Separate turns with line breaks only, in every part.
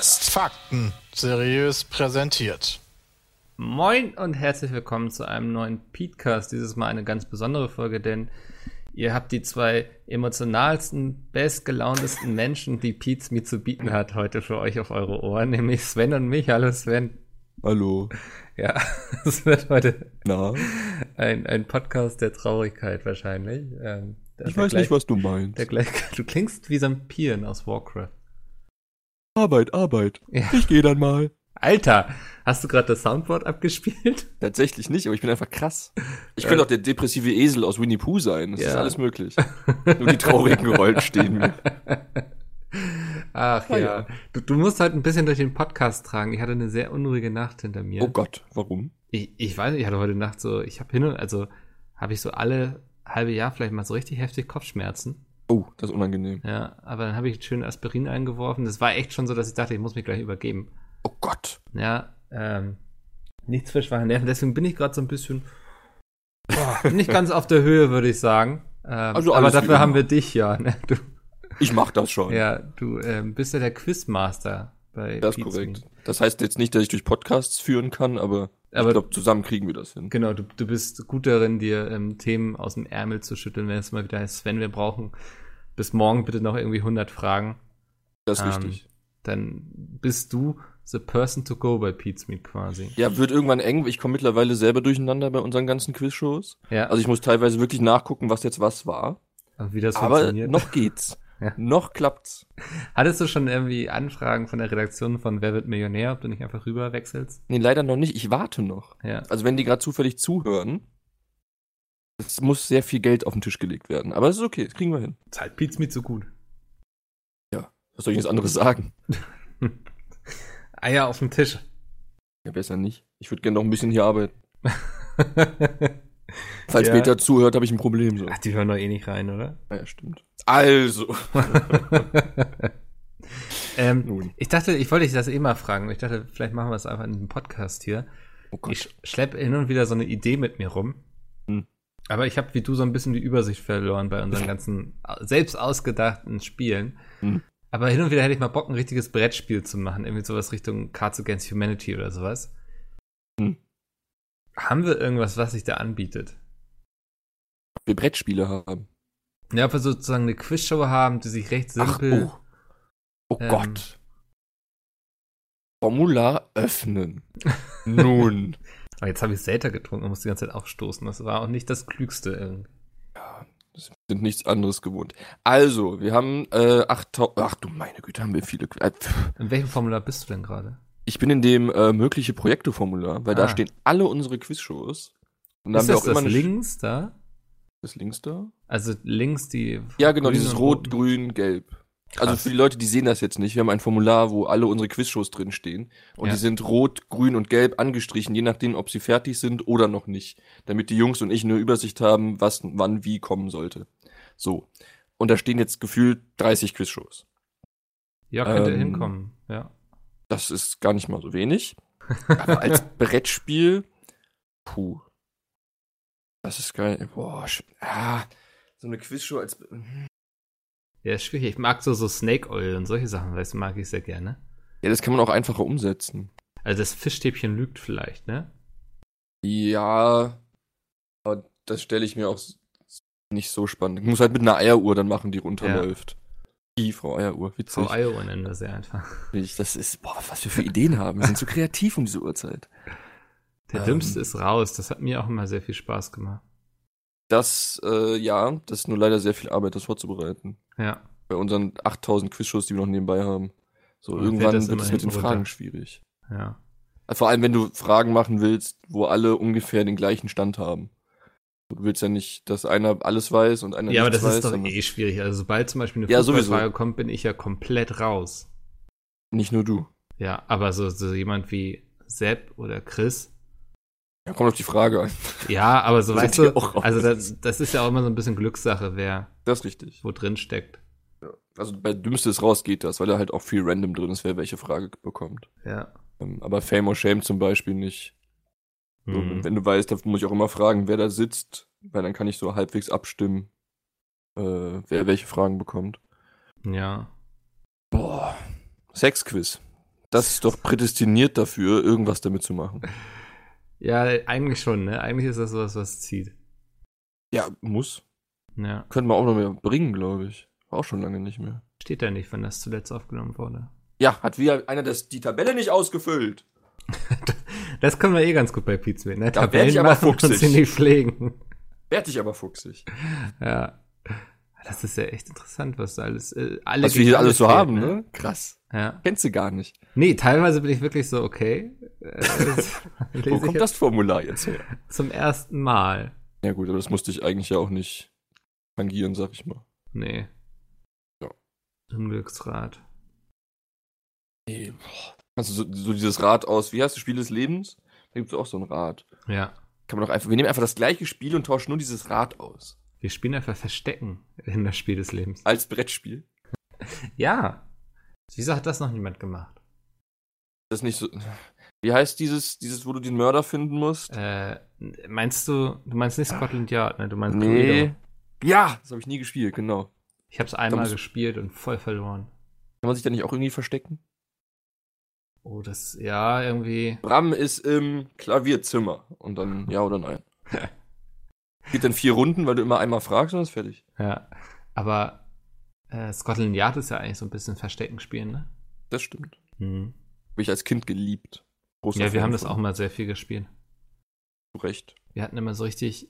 Fakten seriös präsentiert.
Moin und herzlich willkommen zu einem neuen Podcast. Dieses Mal eine ganz besondere Folge, denn ihr habt die zwei emotionalsten, bestgelauntesten Menschen, die Pete's mir zu bieten hat, heute für euch auf eure Ohren, nämlich Sven und mich. Hallo Sven.
Hallo.
Ja, es wird heute
Na,
ein, ein Podcast der Traurigkeit wahrscheinlich. Ähm, der-
ich
der
weiß
gleich-
nicht, was du meinst.
der gleich, du klingst wie so ein Piren aus Warcraft.
Arbeit, Arbeit.
Ja.
Ich gehe dann mal.
Alter, hast du gerade das Soundboard abgespielt?
Tatsächlich nicht, aber ich bin einfach krass. Ich
Ja.
könnte auch der depressive Esel aus Winnie Pooh sein. Das
Ja.
ist alles möglich. Nur die traurigen Rollen stehen mir.
Ach ja.
Ah, ja.
Du, du musst halt ein bisschen durch den Podcast tragen. Ich hatte eine sehr unruhige Nacht hinter mir.
Oh Gott, warum?
Ich, ich weiß nicht, ich hatte heute Nacht so, ich habe hin und also habe ich so alle halbe Jahr vielleicht mal so richtig heftig Kopfschmerzen.
Oh, das ist unangenehm.
Ja, aber dann habe ich schön Aspirin eingeworfen. Das war echt schon so, dass ich dachte, ich muss mich gleich übergeben.
Oh Gott.
Ja, ähm, nichts für schwache Nerven. Deswegen bin ich gerade so ein bisschen boah, nicht ganz auf der Höhe, würde ich sagen. Ähm,
Also
aber
alles wie
dafür
immer.
haben wir dich ja. Ne? Du,
Ich mach das schon.
ja, du ähm, bist ja der Quizmaster bei
Das ist
Pete's
korrekt.
Meet.
Das heißt jetzt nicht, dass ich durch Podcasts führen kann, aber,
Aber-
ich glaube, zusammen kriegen wir das hin.
Genau, du, du bist gut darin, dir ähm, Themen aus dem Ärmel zu schütteln, wenn es mal wieder heißt, Sven, wir brauchen bis morgen bitte noch irgendwie 100 Fragen.
Das ist
Ähm,
richtig.
Dann bist du the person to go bei Pete's Meet quasi.
Ja, wird irgendwann eng. Ich komme mittlerweile selber durcheinander bei unseren ganzen Quizshows.
Ja,
Also ich muss teilweise wirklich nachgucken, was jetzt was war.
und wie das
Aber
funktioniert.
noch geht's.
Ja.
Noch klappt's.
Hattest du schon irgendwie Anfragen von der Redaktion von Wer wird Millionär, ob du nicht einfach rüber wechselst?
Nee, leider noch nicht. Ich warte noch.
Ja.
Also wenn die gerade zufällig zuhören, es muss sehr viel Geld auf den Tisch gelegt werden. Aber es ist okay, das kriegen wir hin.
Zahlt Pete's Meet so gut.
Was soll ich jetzt anderes sagen?
Eier auf dem Tisch.
Ja, besser nicht. Ich würde gerne noch ein bisschen hier arbeiten.
Ach,
Falls
Ja.
Peter zuhört, habe ich ein Problem. So. Ah,
die hören doch eh nicht rein, oder?
Ja, stimmt. Also.
ähm,
Nun.
ich dachte, ich wollte dich das eh mal fragen. Ich dachte, vielleicht machen wir es einfach in einem Podcast hier.
Oh Gott.
Ich schleppe hin und wieder so eine Idee mit mir rum.
Hm.
Aber ich habe wie du so ein bisschen die Übersicht verloren bei unseren ganzen au- selbst ausgedachten Spielen.
Hm.
Aber hin und wieder hätte ich mal Bock, ein richtiges Brettspiel zu machen. Irgendwie sowas Richtung Cards Against Humanity oder sowas.
Hm.
Haben wir irgendwas, was sich da anbietet?
wir Brettspiele haben.
Ja, ob wir sozusagen eine Quizshow haben, die sich recht simpel.
Ach, oh. Oh
ähm,
Gott. Formular öffnen. Nun.
Aber jetzt habe ich Selter getrunken und muss die ganze Zeit aufstoßen. Das war auch nicht das Klügste. irgendwie.
sind nichts anderes gewohnt. Also, wir haben äh, 8000. Ach du meine Güte, haben wir viele. Äh, pff.
In welchem Formular bist du denn gerade?
ich bin in dem äh, mögliche Projekte-Formular, weil
Ah.
da stehen alle unsere Quizshows. Und da
Ist
haben wir
das
auch immer
das
eine
links da?
Das links da?
Also links die.
Ja, genau,
grünen
dieses
und
Rot,
roten.
Grün, Gelb. Also
Krass.
für die Leute, die sehen das jetzt nicht. Wir haben ein Formular, wo alle unsere Quizshows drin stehen. Und
Ja.
die sind rot, grün und gelb angestrichen, je nachdem, ob sie fertig sind oder noch nicht. Damit die Jungs und ich eine Übersicht haben, was wann wie kommen sollte. So. Und da stehen jetzt gefühlt 30 Quizshows.
Ja, könnte
Ähm,
hinkommen. Ja.
Das ist gar nicht mal so wenig. Aber als Brettspiel, puh. Das ist geil. Boah, sch- ah, so eine Quizshow als. mhm.
Ja, ist schwierig. Ich mag so, so Snake Oil und solche Sachen, weißt du, mag ich sehr gerne.
Ja, das kann man auch einfacher umsetzen.
Also das Fischstäbchen lügt vielleicht, ne?
Ja, aber das stelle ich mir auch s- nicht so spannend. Ich muss halt mit einer Eieruhr dann machen, die runterläuft. Die Frau Eieruhr, witzig.
Frau Io nennen wir sie einfach.
das ist, boah, was wir für Ideen haben. Wir sind so kreativ um diese Uhrzeit.
Der
Ähm.
Dümmste ist raus. Das hat mir auch immer sehr viel Spaß gemacht.
Das, äh, ja, das ist nur leider sehr viel Arbeit, das vorzubereiten.
Ja.
bei unseren 8000 Quizshows, die wir noch nebenbei haben. So,
Dann fällt
irgendwann
das
wird es
immer
mit den
hinten
Fragen
runter.
schwierig. Also
Ja.
Vor allem, wenn du Fragen machen willst, wo alle ungefähr den gleichen Stand haben. Du willst ja nicht, dass einer alles weiß und einer
ja, aber
nichts
das
weiß.
ist doch
sondern-
eh schwierig. Also sobald zum Beispiel eine
Ja, sowieso.
Fußballfrage kommt, bin ich ja komplett raus.
Nicht nur du.
Ja, aber so, so jemand wie Sepp oder Chris.
Ja, kommt auf die Frage an.
Ja, aber so
Sind
weißt
die
du,
auch raus?
also das, das ist ja auch immer so ein bisschen Glückssache, wer
Das ist richtig.
wo drin steckt.
Also bei Dümmstes raus geht das, weil da halt auch viel random drin ist, wer welche Frage bekommt.
Ja.
Ähm, Aber Fame or Shame zum Beispiel nicht. So,
Mhm.
Wenn du weißt, da muss ich auch immer fragen, wer da sitzt, weil dann kann ich so halbwegs abstimmen, äh, wer welche Fragen bekommt.
Ja.
Boah. Sexquiz. Das ist doch prädestiniert dafür, irgendwas damit zu machen.
Ja, eigentlich schon, ne? Eigentlich ist das sowas, was zieht.
Ja, muss.
Ja.
Können wir auch noch mehr bringen, glaube ich. War auch schon lange nicht mehr.
Steht da nicht, wann das zuletzt aufgenommen wurde.
Ja, hat wieder einer das, die Tabelle nicht ausgefüllt.
Das können wir eh ganz gut bei Pizza ne?
Da werd ich aber
und
fuchsig.
sie nicht pflegen.
Werd ich aber fuchsig.
Ja. Das ist ja echt interessant, was da alles, äh, alle
Was wir
gegen
hier alles so
steht,
haben, ne? Krass.
Ja.
Kennst du gar nicht.
Nee, teilweise bin ich wirklich so, okay. Äh, das lese
Wo
ich
kommt
jetzt
das Formular jetzt her?
Zum ersten Mal.
Ja gut, aber das musste ich eigentlich ja auch nicht tangieren, sag ich mal.
Nee.
Ja.
Unglücksrad.
Nee. Also so, so dieses Rad aus, wie heißt das Spiel des Lebens? Da gibt's auch so ein Rad.
Ja.
Kann man doch einfach, wir nehmen einfach das gleiche Spiel und tauschen nur dieses Rad aus.
Wir spielen einfach Verstecken in das Spiel des Lebens.
Als Brettspiel.
Ja. Wieso hat das noch niemand gemacht?
Das ist nicht so. Wie heißt dieses, dieses, wo du den Mörder finden musst?
Äh, meinst du, du meinst nicht Scotland Yard, ne? Du meinst
nee.
Cluedo.
Ja, das habe ich nie gespielt, genau.
Ich hab's
Da
einmal
muss-
gespielt und voll verloren.
Kann man sich da nicht auch irgendwie verstecken?
Oh, das, ja, irgendwie.
Bram ist im Klavierzimmer und dann ja oder nein. Geht dann vier Runden, weil du immer einmal fragst und dann ist fertig.
Ja. Aber äh, Scotland Yard ist ja eigentlich so ein bisschen Verstecken spielen, ne?
Das stimmt.
Mhm.
Habe ich als Kind geliebt. Großer
Ja, wir
Fan
haben das
von.
auch mal sehr viel gespielt.
Zu Recht.
Wir hatten immer so richtig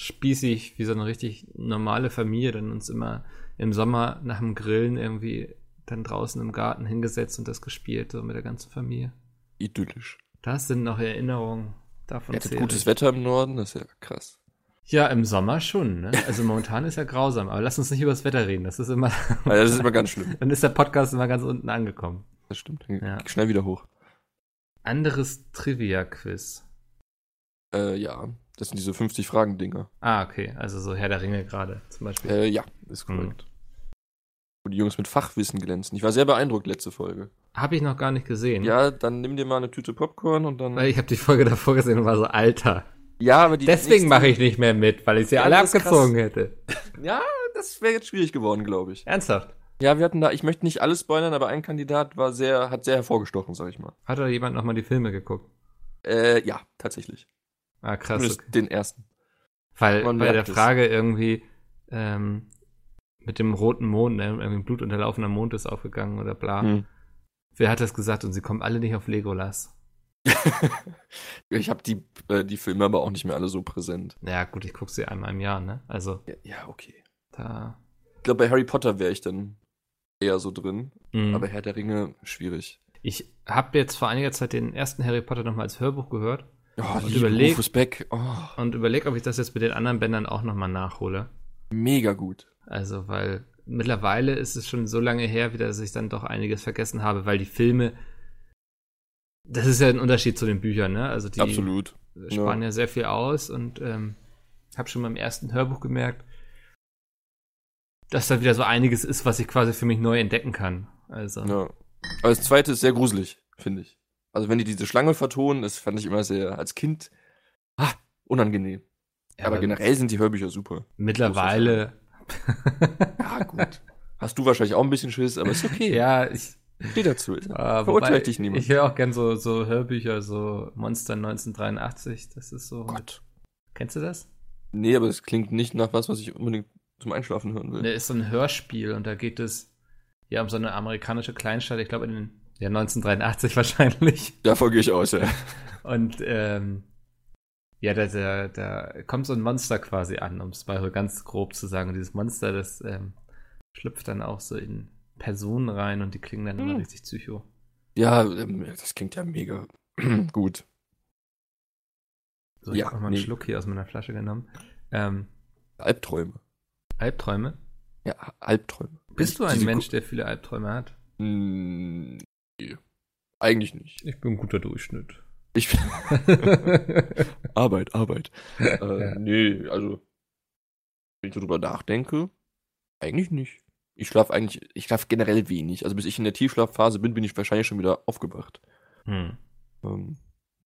spießig, wie so eine richtig normale Familie, dann uns immer im Sommer nach dem Grillen irgendwie dann draußen im Garten hingesetzt und das gespielt, so mit der ganzen Familie.
Idyllisch.
Das sind noch Erinnerungen davon.
Ihr hattet
zählt
gutes
nicht.
Wetter im Norden, das ist ja krass.
Ja, im Sommer schon. Ne? Also momentan ist ja grausam, aber lass uns nicht über das Wetter reden. Das ist immer,
Also das ist immer ganz schlimm.
dann ist der Podcast immer ganz unten angekommen.
Das stimmt.
Ja.
Geh Schnell wieder hoch.
Anderes Trivia-Quiz.
Äh, ja, das sind diese 50-Fragen-Dinger.
Ah, okay. Also so Herr der Ringe gerade zum Beispiel.
Äh, ja, ist korrekt.
Mhm.
Wo die Jungs mit Fachwissen glänzen. Ich war sehr beeindruckt letzte Folge.
Habe ich noch gar nicht gesehen.
Ja, dann nimm dir mal eine Tüte Popcorn und dann.
Weil ich habe die Folge davor gesehen und war so, Alter.
ja, aber die
Deswegen mache ich nicht mehr mit, weil ich sie
Ja,
alle
das ist
abgezogen hätte.
Ja, das wäre jetzt schwierig geworden, glaube ich.
Ernsthaft?
Ja, wir hatten da, ich möchte nicht alles spoilern, aber ein Kandidat war sehr, hat sehr hervorgestochen, sag ich mal.
Hat da jemand nochmal die Filme geguckt?
Äh, ja, tatsächlich.
Ah, krass.
Zumindest
Okay.
den ersten.
Weil
Man
bei
merkt
der
es.
Frage irgendwie ähm, mit dem roten Mond, ne, irgendwie ein blutunterlaufener Mond ist aufgegangen oder bla.
Hm.
Wer hat das gesagt? Und sie kommen alle nicht auf Legolas.
Ich habe die, äh, die Filme aber auch nicht mehr alle so präsent.
Ja, gut, ich gucke sie einmal im Jahr, ne? Also,
Ja, ja okay.
da.
Ich glaube, bei Harry Potter wäre ich dann eher so drin.
Mhm.
Aber Herr der Ringe, schwierig.
Ich habe jetzt vor einiger Zeit den ersten Harry Potter nochmal als Hörbuch gehört
Oh,
Und
liebe
überleg-
Rufus Beck. Oh,
und überlege, ob ich das jetzt mit den anderen Bändern auch nochmal nachhole.
mega gut.
Also, weil mittlerweile ist es schon so lange her, wieder, dass ich dann doch einiges vergessen habe, weil die Filme. Das ist ja ein Unterschied zu den Büchern, ne? Also die
Absolut.
sparen ja. sehr viel aus und ähm, habe schon beim ersten Hörbuch gemerkt, dass da wieder so einiges ist, was ich quasi für mich neu entdecken kann. Also
Ja. Aber das zweite ist sehr gruselig, finde ich. Also wenn die diese Schlange vertonen, das fand ich immer sehr als Kind ah, unangenehm.
ja,
aber genau,
aber
generell sind die Hörbücher super.
mittlerweile.
Ja, gut. Hast du wahrscheinlich auch ein bisschen Schiss, aber ist okay.
ja, ich
Steh dazu.
äh,
Verurteile
wobei,
dich niemand.
Ich höre auch gern so, so Hörbücher, so Monster 1983. Das ist so.
Gott.
Kennst du das?
Nee, aber es klingt nicht nach was, was ich unbedingt zum Einschlafen hören will.
Da Ne, ist so ein Hörspiel und da geht es ja um so eine amerikanische Kleinstadt, ich glaube in den ja, 1983 wahrscheinlich.
Davon gehe ich aus, ja.
Und ähm, ja, da, da, da kommt so ein Monster quasi an, um es mal so ganz grob zu sagen. Und dieses Monster, das ähm, schlüpft dann auch so in Personen rein und die klingen dann immer
Hm.
richtig psycho.
Ja, ähm, das klingt ja mega gut.
So, ich
Ja,
habe auch mal einen
nee.
Schluck hier aus meiner Flasche genommen. Ähm,
Albträume.
Albträume.
Ja, Albträume.
Bist du ein
Diese-
Mensch, der viele Albträume hat?
Mm, Nee. Eigentlich nicht.
Ich bin ein guter Durchschnitt.
Ich Arbeit, Arbeit. äh, nee, also wenn ich so drüber nachdenke, eigentlich nicht. Ich schlafe eigentlich, ich schlafe generell wenig. Also bis ich in der Tiefschlafphase bin, bin ich wahrscheinlich schon wieder aufgewacht.
hm.
Ähm,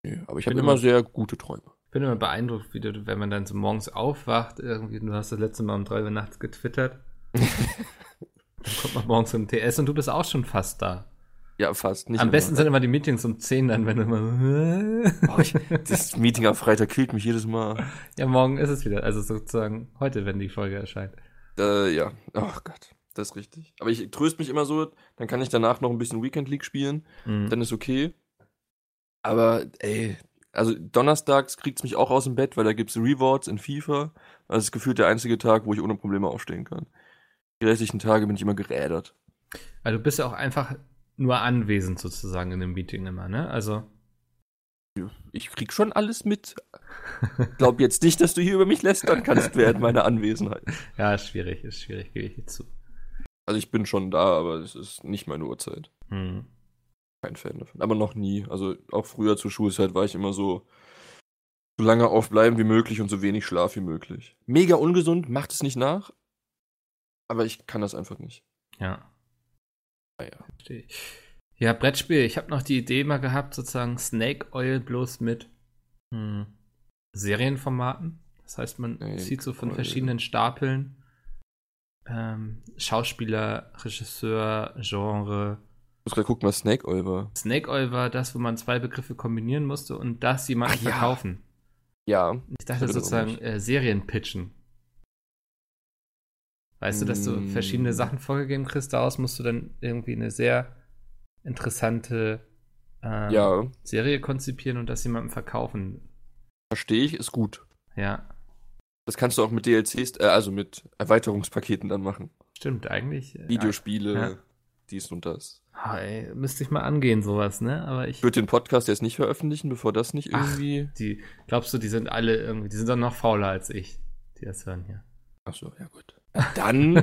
nee, aber ich habe
Bin
immer
immer-
sehr gute Träume.
Ich bin immer beeindruckt, wie du, wenn man dann so morgens aufwacht, irgendwie, du hast das letzte Mal um drei Uhr nachts um getwittert. dann kommt man morgens im TS und du bist auch schon fast da.
Ja, fast. Nicht
Am
immer.
besten sind immer die Meetings um 10 dann, wenn du immer.
Oh, ich, das Meeting am Freitag killt mich jedes Mal.
ja, morgen ist es wieder. Also sozusagen heute, wenn die Folge erscheint.
Äh, ja. Ach Gott, das ist richtig. Aber ich tröste mich immer so, dann kann ich danach noch ein bisschen Weekend League spielen,
Mhm.
dann ist okay. Aber, ey, also donnerstags kriegt's mich auch aus dem Bett, weil da gibt's Rewards in FIFA. Also ist gefühlt der einzige Tag, wo ich ohne Probleme aufstehen kann. Die restlichen Tage bin ich immer gerädert.
Weil Also du bist ja auch einfach nur anwesend sozusagen in dem Meeting immer, ne? Also.
Ich krieg schon alles mit. Glaub jetzt nicht, dass du hier über mich lästern kannst während meiner Anwesenheit.
Ja, ist schwierig, ist schwierig, gebe ich dir zu.
Also ich bin schon da, aber es ist nicht meine Uhrzeit.
Hm.
Kein Fan davon. Aber noch nie. Also auch früher zur Schulzeit war ich immer so, so lange aufbleiben wie möglich und so wenig Schlaf wie möglich. Mega ungesund, macht es nicht nach. Aber ich kann das einfach nicht.
Ja.
Naja.
Verstehe ich. Ja, Brettspiel. Ich habe noch die Idee mal gehabt, sozusagen Snake Oil bloß mit hm, Serienformaten. Das heißt, man
Snake
zieht so von
Oil.
verschiedenen Stapeln ähm, Schauspieler, Regisseur, Genre.
Ich muss gerade gucken, was Snake Oil war.
Snake Oil war das, wo man zwei Begriffe kombinieren musste und das jemandem
Ach Ah, ja.
verkaufen.
Ja.
Ich dachte
Das erinnert
sozusagen
mich.
äh, Serien pitchen. Weißt du, dass du
Mm.
verschiedene Sachen vorgegeben kriegst, daraus musst du dann irgendwie eine sehr interessante ähm,
Ja.
Serie konzipieren und das jemandem verkaufen.
Verstehe ich, ist gut.
Ja,
Das kannst du auch mit DLCs, äh, also mit Erweiterungspaketen dann machen.
stimmt, eigentlich. äh,
Videospiele,
Ja.
dies und das.
Ah, ey, müsste ich mal angehen, sowas, ne? Aber ich.
Ich würde den Podcast jetzt nicht veröffentlichen, bevor das nicht
Ach.
irgendwie.
Die, glaubst du, die sind alle irgendwie, die sind doch noch fauler als ich, die das hören hier.
Ach so, ja gut. Dann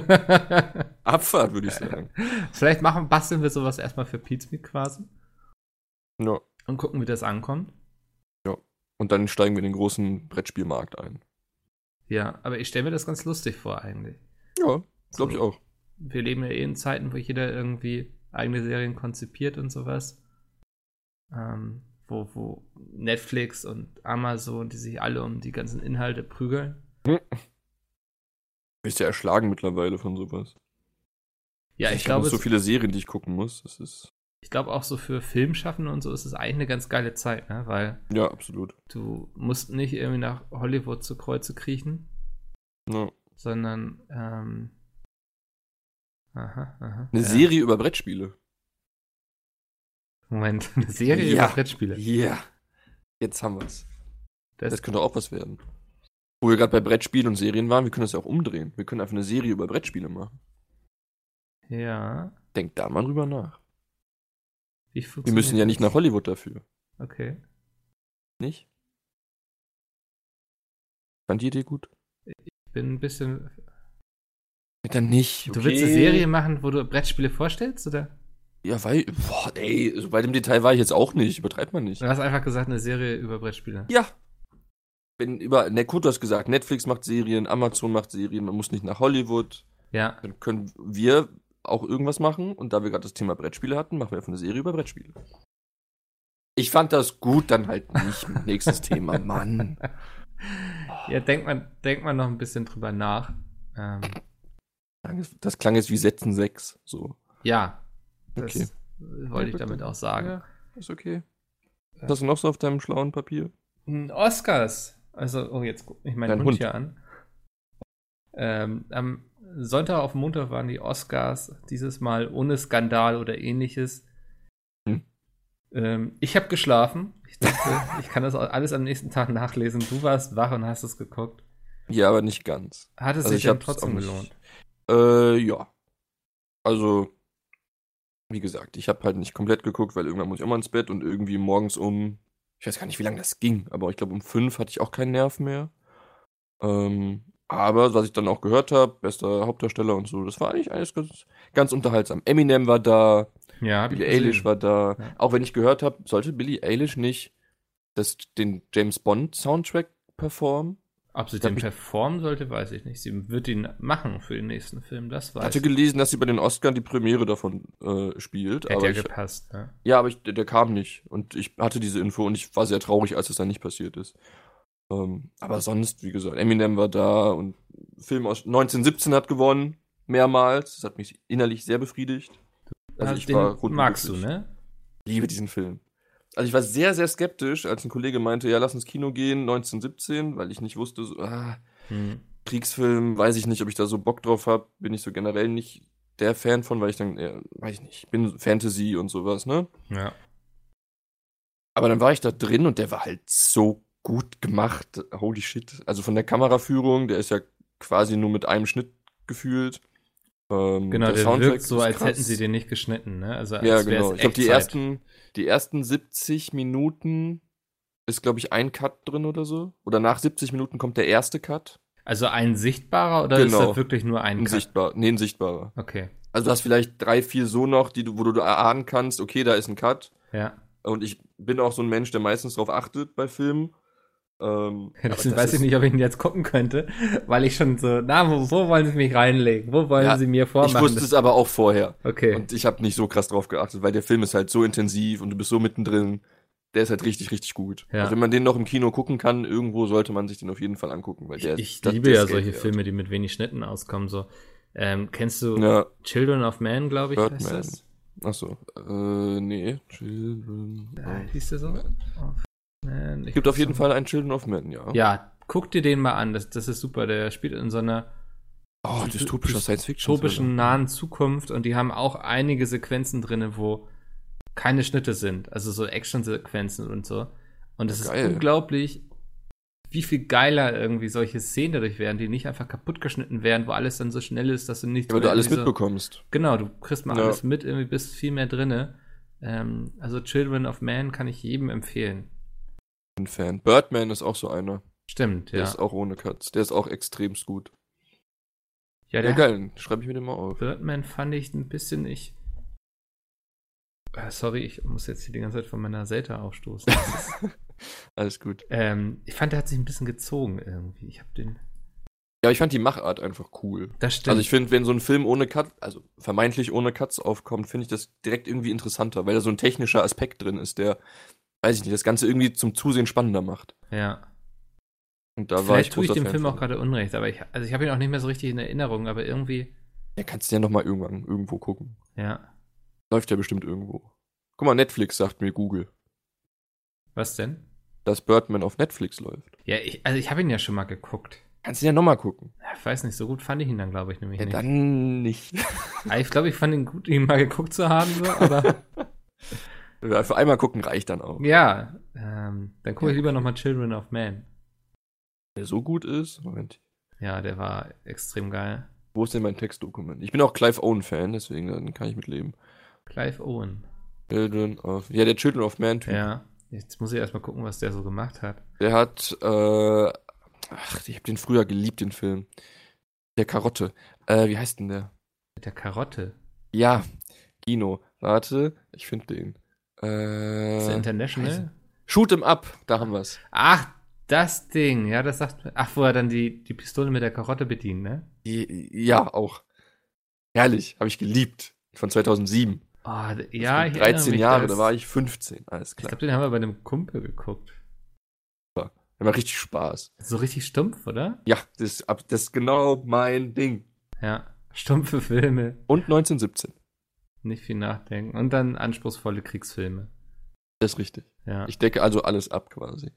Abfahrt, würde ich sagen.
Vielleicht machen, basteln wir sowas erstmal für Pizza quasi
Ja.
und gucken, wie das ankommt.
Und dann steigen wir in den großen Brettspielmarkt ein.
Ja, aber ich stelle mir das ganz lustig vor eigentlich.
Ja, glaube ich
So,
auch.
Wir leben ja eh in Zeiten, wo jeder irgendwie eigene Serien konzipiert und sowas. Ähm, wo, wo Netflix und Amazon, die sich alle um die ganzen Inhalte prügeln.
Bist ja erschlagen mittlerweile von sowas.
Ja, ich,
hab
glaube,
noch so
es-
viele Serien, die ich gucken muss. Das ist
ich glaube auch so für Filmschaffen und so ist es eigentlich eine ganz geile Zeit, ne? Weil
ja absolut.
du musst nicht irgendwie nach Hollywood zu Kreuze kriechen,
Ja.
sondern ähm, aha, aha.
Eine
ja.
Serie über Brettspiele.
Moment, eine Serie
Ja.
über Brettspiele.
Ja. Jetzt haben wir's.
Das,
Das könnte auch was werden. Wo wir gerade bei Brettspielen und Serien waren, wir können das ja auch umdrehen. Wir können einfach eine Serie über Brettspiele machen.
ja.
Denkt da mal drüber nach.
Wie
Wir müssen ja nicht nach Hollywood dafür,
Okay.
nicht? Fand die Idee gut?
Bin ein bisschen.
Dann nicht.
Du willst eine Serie machen, wo du Brettspiele vorstellst, oder?
Ja, weil, boah, ey, so bei dem Detail war ich jetzt auch nicht, übertreibt man nicht.
Du hast einfach gesagt, eine Serie über Brettspiele.
Ja. Wenn über, ne, gut, du hast gesagt, Netflix macht Serien, Amazon macht Serien, man muss nicht nach Hollywood.
Ja.
Dann können wir auch irgendwas machen und da wir gerade das Thema Brettspiele hatten, machen wir einfach eine Serie über Brettspiele. Ich fand das gut, dann halt nicht. Nächstes Thema, Mann.
Ja, denk mal, denk mal noch ein bisschen drüber nach. Ähm,
Das klang jetzt wie Sätzen 6, so.
ja. Das
Okay.
wollte ich damit auch sagen.
Ja, ist okay. Was hast du noch so auf deinem schlauen Papier?
Ein Oscars. Also, oh, jetzt guck mich mein
Dein
Hund,
Hund.
hier an. Ähm, am Sonntag auf Montag waren die Oscars, dieses Mal ohne Skandal oder ähnliches.
Hm.
Ähm, ich habe geschlafen. Ich dachte, ich kann das alles am nächsten Tag nachlesen. Du warst wach und hast es geguckt.
Ja, aber nicht ganz.
Hat es
Also
sich
ich
dann
hab's auch
trotzdem
nicht-
gelohnt?
Äh, ja. Also, wie gesagt, ich habe halt nicht komplett geguckt, weil irgendwann muss ich auch mal ins Bett und irgendwie morgens um, ich weiß gar nicht, wie lange das ging, aber ich glaube um fünf hatte ich auch keinen Nerv mehr. Ähm, aber was ich dann auch gehört habe, bester Hauptdarsteller und so, das war eigentlich alles ganz, ganz unterhaltsam. Eminem war da,
Ja, hab
Billie
gesehen.
Eilish war da.
Ja.
Auch wenn ich gehört habe, sollte Billie Eilish nicht das, den James Bond Soundtrack performen?
Ob sie
Ich hab
den
mich-
performen sollte, weiß ich nicht. Sie wird ihn machen für den nächsten Film, das
Ich
weiß
hatte
ich.
gelesen, dass sie bei den Oscar die Premiere davon äh, spielt,
Hätte
aber
ja
ich
gepasst. Ne?
Ja, aber ich, der, der kam nicht. Und ich hatte diese Info und ich war sehr traurig, als es dann nicht passiert ist. Ähm, aber sonst, wie gesagt, Eminem war da und Film aus 1917 hat gewonnen, mehrmals. Das hat mich innerlich sehr befriedigt. Also ich
den
war rundum
magst du,
glücklich.
ne?
liebe diesen Film. Also ich war sehr, sehr skeptisch, als ein Kollege meinte, ja, lass ins Kino gehen, 1917, weil ich nicht wusste, so, ah,
Hm.
Kriegsfilm, weiß ich nicht, ob ich da so Bock drauf habe, bin ich so generell nicht der Fan von, weil ich dann, ja, weiß ich nicht, ich bin Fantasy und sowas, ne?
Ja.
Aber dann war ich da drin und der war halt so gut gemacht. Holy shit. Also von der Kameraführung, der ist ja quasi nur mit einem Schnitt gefühlt. Ähm,
Genau, der,
Soundtrack
wirkt so,
ist
als
krass.
hätten sie den nicht geschnitten, ne? Also als
Ja,
wär's
genau. Ich glaube, die
Echtzeit.
ersten, die ersten 70 Minuten ist, glaube ich, ein Cut drin oder so. Oder nach 70 Minuten kommt der erste Cut.
Also ein sichtbarer oder ist
Genau.
das wirklich nur ein
Ein
Cut?
sichtbar, nee, ein sichtbarer.
Okay,
Also du hast vielleicht drei, vier so noch, die du, wo du erahnen kannst, okay, da ist ein Cut.
ja.
Und ich bin auch so ein Mensch, der meistens drauf achtet bei Filmen. Ähm,
Deswegen
aber das
weiß ich
ist-
nicht, ob ich ihn jetzt gucken könnte, weil ich schon so, na, wo, wo wollen sie mich reinlegen? Wo wollen
Ja,
sie mir vormachen?
Ich wusste es aber auch vorher.
okay.
Und ich habe nicht so krass drauf geachtet, weil der Film ist halt so intensiv und du bist so mittendrin. Der ist halt richtig, richtig gut.
Ja.
Also wenn man den noch im Kino gucken kann, irgendwo sollte man sich den auf jeden Fall angucken. Weil
ich
der
ich
das-
liebe
das
ja
Geld
solche
wert.
Filme, die mit wenig Schnitten auskommen. So, ähm, kennst du
Ja,
Children of Man, glaube ich, heißt
Birdman.
das?
achso. Äh, nee. Children
Ja,
of
hieß der so?
Man.
Of Man. Ich
Gibt auf jeden
so-
Fall einen Children of Men, ja.
Ja, guck dir den mal an. Das, das ist super. Der spielt in so einer
Oh, dystopischer Science-Fiction.
tropischen nahen Zukunft und die haben auch einige Sequenzen drin, wo keine Schnitte sind, also so Action-Sequenzen und so. Und es
Ja,
ist
geil.
unglaublich, wie viel geiler irgendwie solche Szenen dadurch werden, die nicht einfach kaputt geschnitten werden, wo alles dann so schnell ist, dass du nicht.
Thriller. Weil du alles
irgendwie so-
mitbekommst.
Genau, du kriegst mal
Ja.
alles mit, irgendwie bist viel mehr drinne. Ähm, also Children of Man kann ich jedem empfehlen.
Ein Fan. Birdman ist auch so einer.
Stimmt,
Der
ja.
ist auch ohne Cuts. Der ist auch extremst gut.
ja,
Ja,
der
geil. Schreibe ich mir den mal auf.
Birdman fand ich ein bisschen ich. Ah, Sorry, ich muss jetzt hier die ganze Zeit von meiner Selta aufstoßen.
Alles gut.
ähm, ich fand, der hat sich ein bisschen gezogen irgendwie. Ich habe den.
Ja, ich fand die Machart einfach cool.
Das stimmt.
Also ich finde, wenn so ein Film ohne Cut, also vermeintlich ohne Cuts aufkommt, finde ich das direkt irgendwie interessanter, weil da so ein technischer Aspekt drin ist, der, weiß ich nicht, das Ganze irgendwie zum Zusehen spannender macht.
ja.
Und da war ich
Vielleicht tue ich
großer
dem
Fan
Film
von.
auch gerade Unrecht, aber ich, also ich habe ihn auch nicht mehr so richtig in Erinnerung, aber irgendwie,
Ja, kannst du ja nochmal irgendwann irgendwo gucken.
ja.
Läuft ja bestimmt irgendwo. Guck mal, Netflix sagt mir Google,
Was denn?
dass Birdman auf Netflix läuft.
Ja, ich, also ich habe ihn ja schon mal geguckt.
Kannst du ja nochmal gucken.
Ja, Ich weiß nicht, so gut fand ich ihn dann, glaube ich, nämlich
Ja,
nicht.
dann nicht.
Ah, ich glaube, ich fand ihn gut, ihn mal geguckt zu haben, so, aber
Ja, Für einmal gucken reicht dann auch.
ja. Ähm, dann gucke ich lieber nochmal Children of Man.
Der so gut ist. Moment.
Ja, der war extrem geil.
Wo ist denn mein Textdokument? Ich bin auch Clive Owen-Fan, deswegen dann kann ich mitleben.
Clive Owen.
Children of. Ja, der Children of Man.
Ja. Jetzt muss ich erstmal gucken, was der so gemacht hat.
Der hat, äh, ach, ich habe den früher geliebt, den Film. Der Karotte. Äh, wie heißt denn der?
Mit der Karotte.
Ja, Gino. Warte, ich finde den.
Ist
Äh,
der International?
scheiße. Shoot 'em up, da haben wir's.
Ach, das Ding. Ja, das sagt mir. Ach, wo er dann die, die Pistole mit der Karotte bedient, ne?
Die- Ja, auch. Herrlich, habe ich geliebt. Von 2007.
Oh, d- ja,
ich
ich
13 Jahre, da war
ich.
ich 15, alles
Ich
klar.
glaube, den haben wir bei einem Kumpel geguckt.
Da macht richtig Spaß.
So richtig stumpf, oder?
Ja, das, ist ab- das ist genau mein Ding.
Ja. Stumpfe Filme.
Und 1917.
Nicht viel nachdenken. Und dann anspruchsvolle Kriegsfilme.
Das ist richtig.
Ja.
Ich decke also alles ab quasi.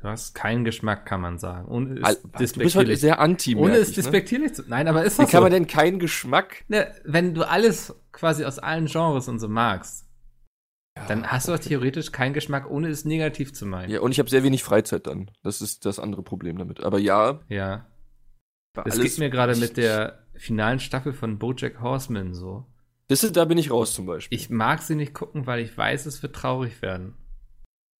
du hast keinen Geschmack, kann man sagen. Ohne
Al-
es
du bist heute
despektierlich.
sehr anti
Ohne
merk
es
ich, ne?
despektierlich zu. Nein, aber ist
Wie
das
kann
so?
man denn keinen Geschmack?
Ne, wenn du alles quasi aus allen Genres und so magst, dann hast du doch theoretisch keinen Geschmack, ohne es negativ zu meinen.
Ja, und ich habe sehr wenig Freizeit dann. Das ist das andere Problem damit. Aber ja,
Ja.
war
Das
alles-
geht mir gerade mit der finalen Staffel von BoJack Horseman so.
Das ist, da bin ich raus zum Beispiel.
Ich mag sie nicht gucken, weil ich weiß, es wird traurig werden.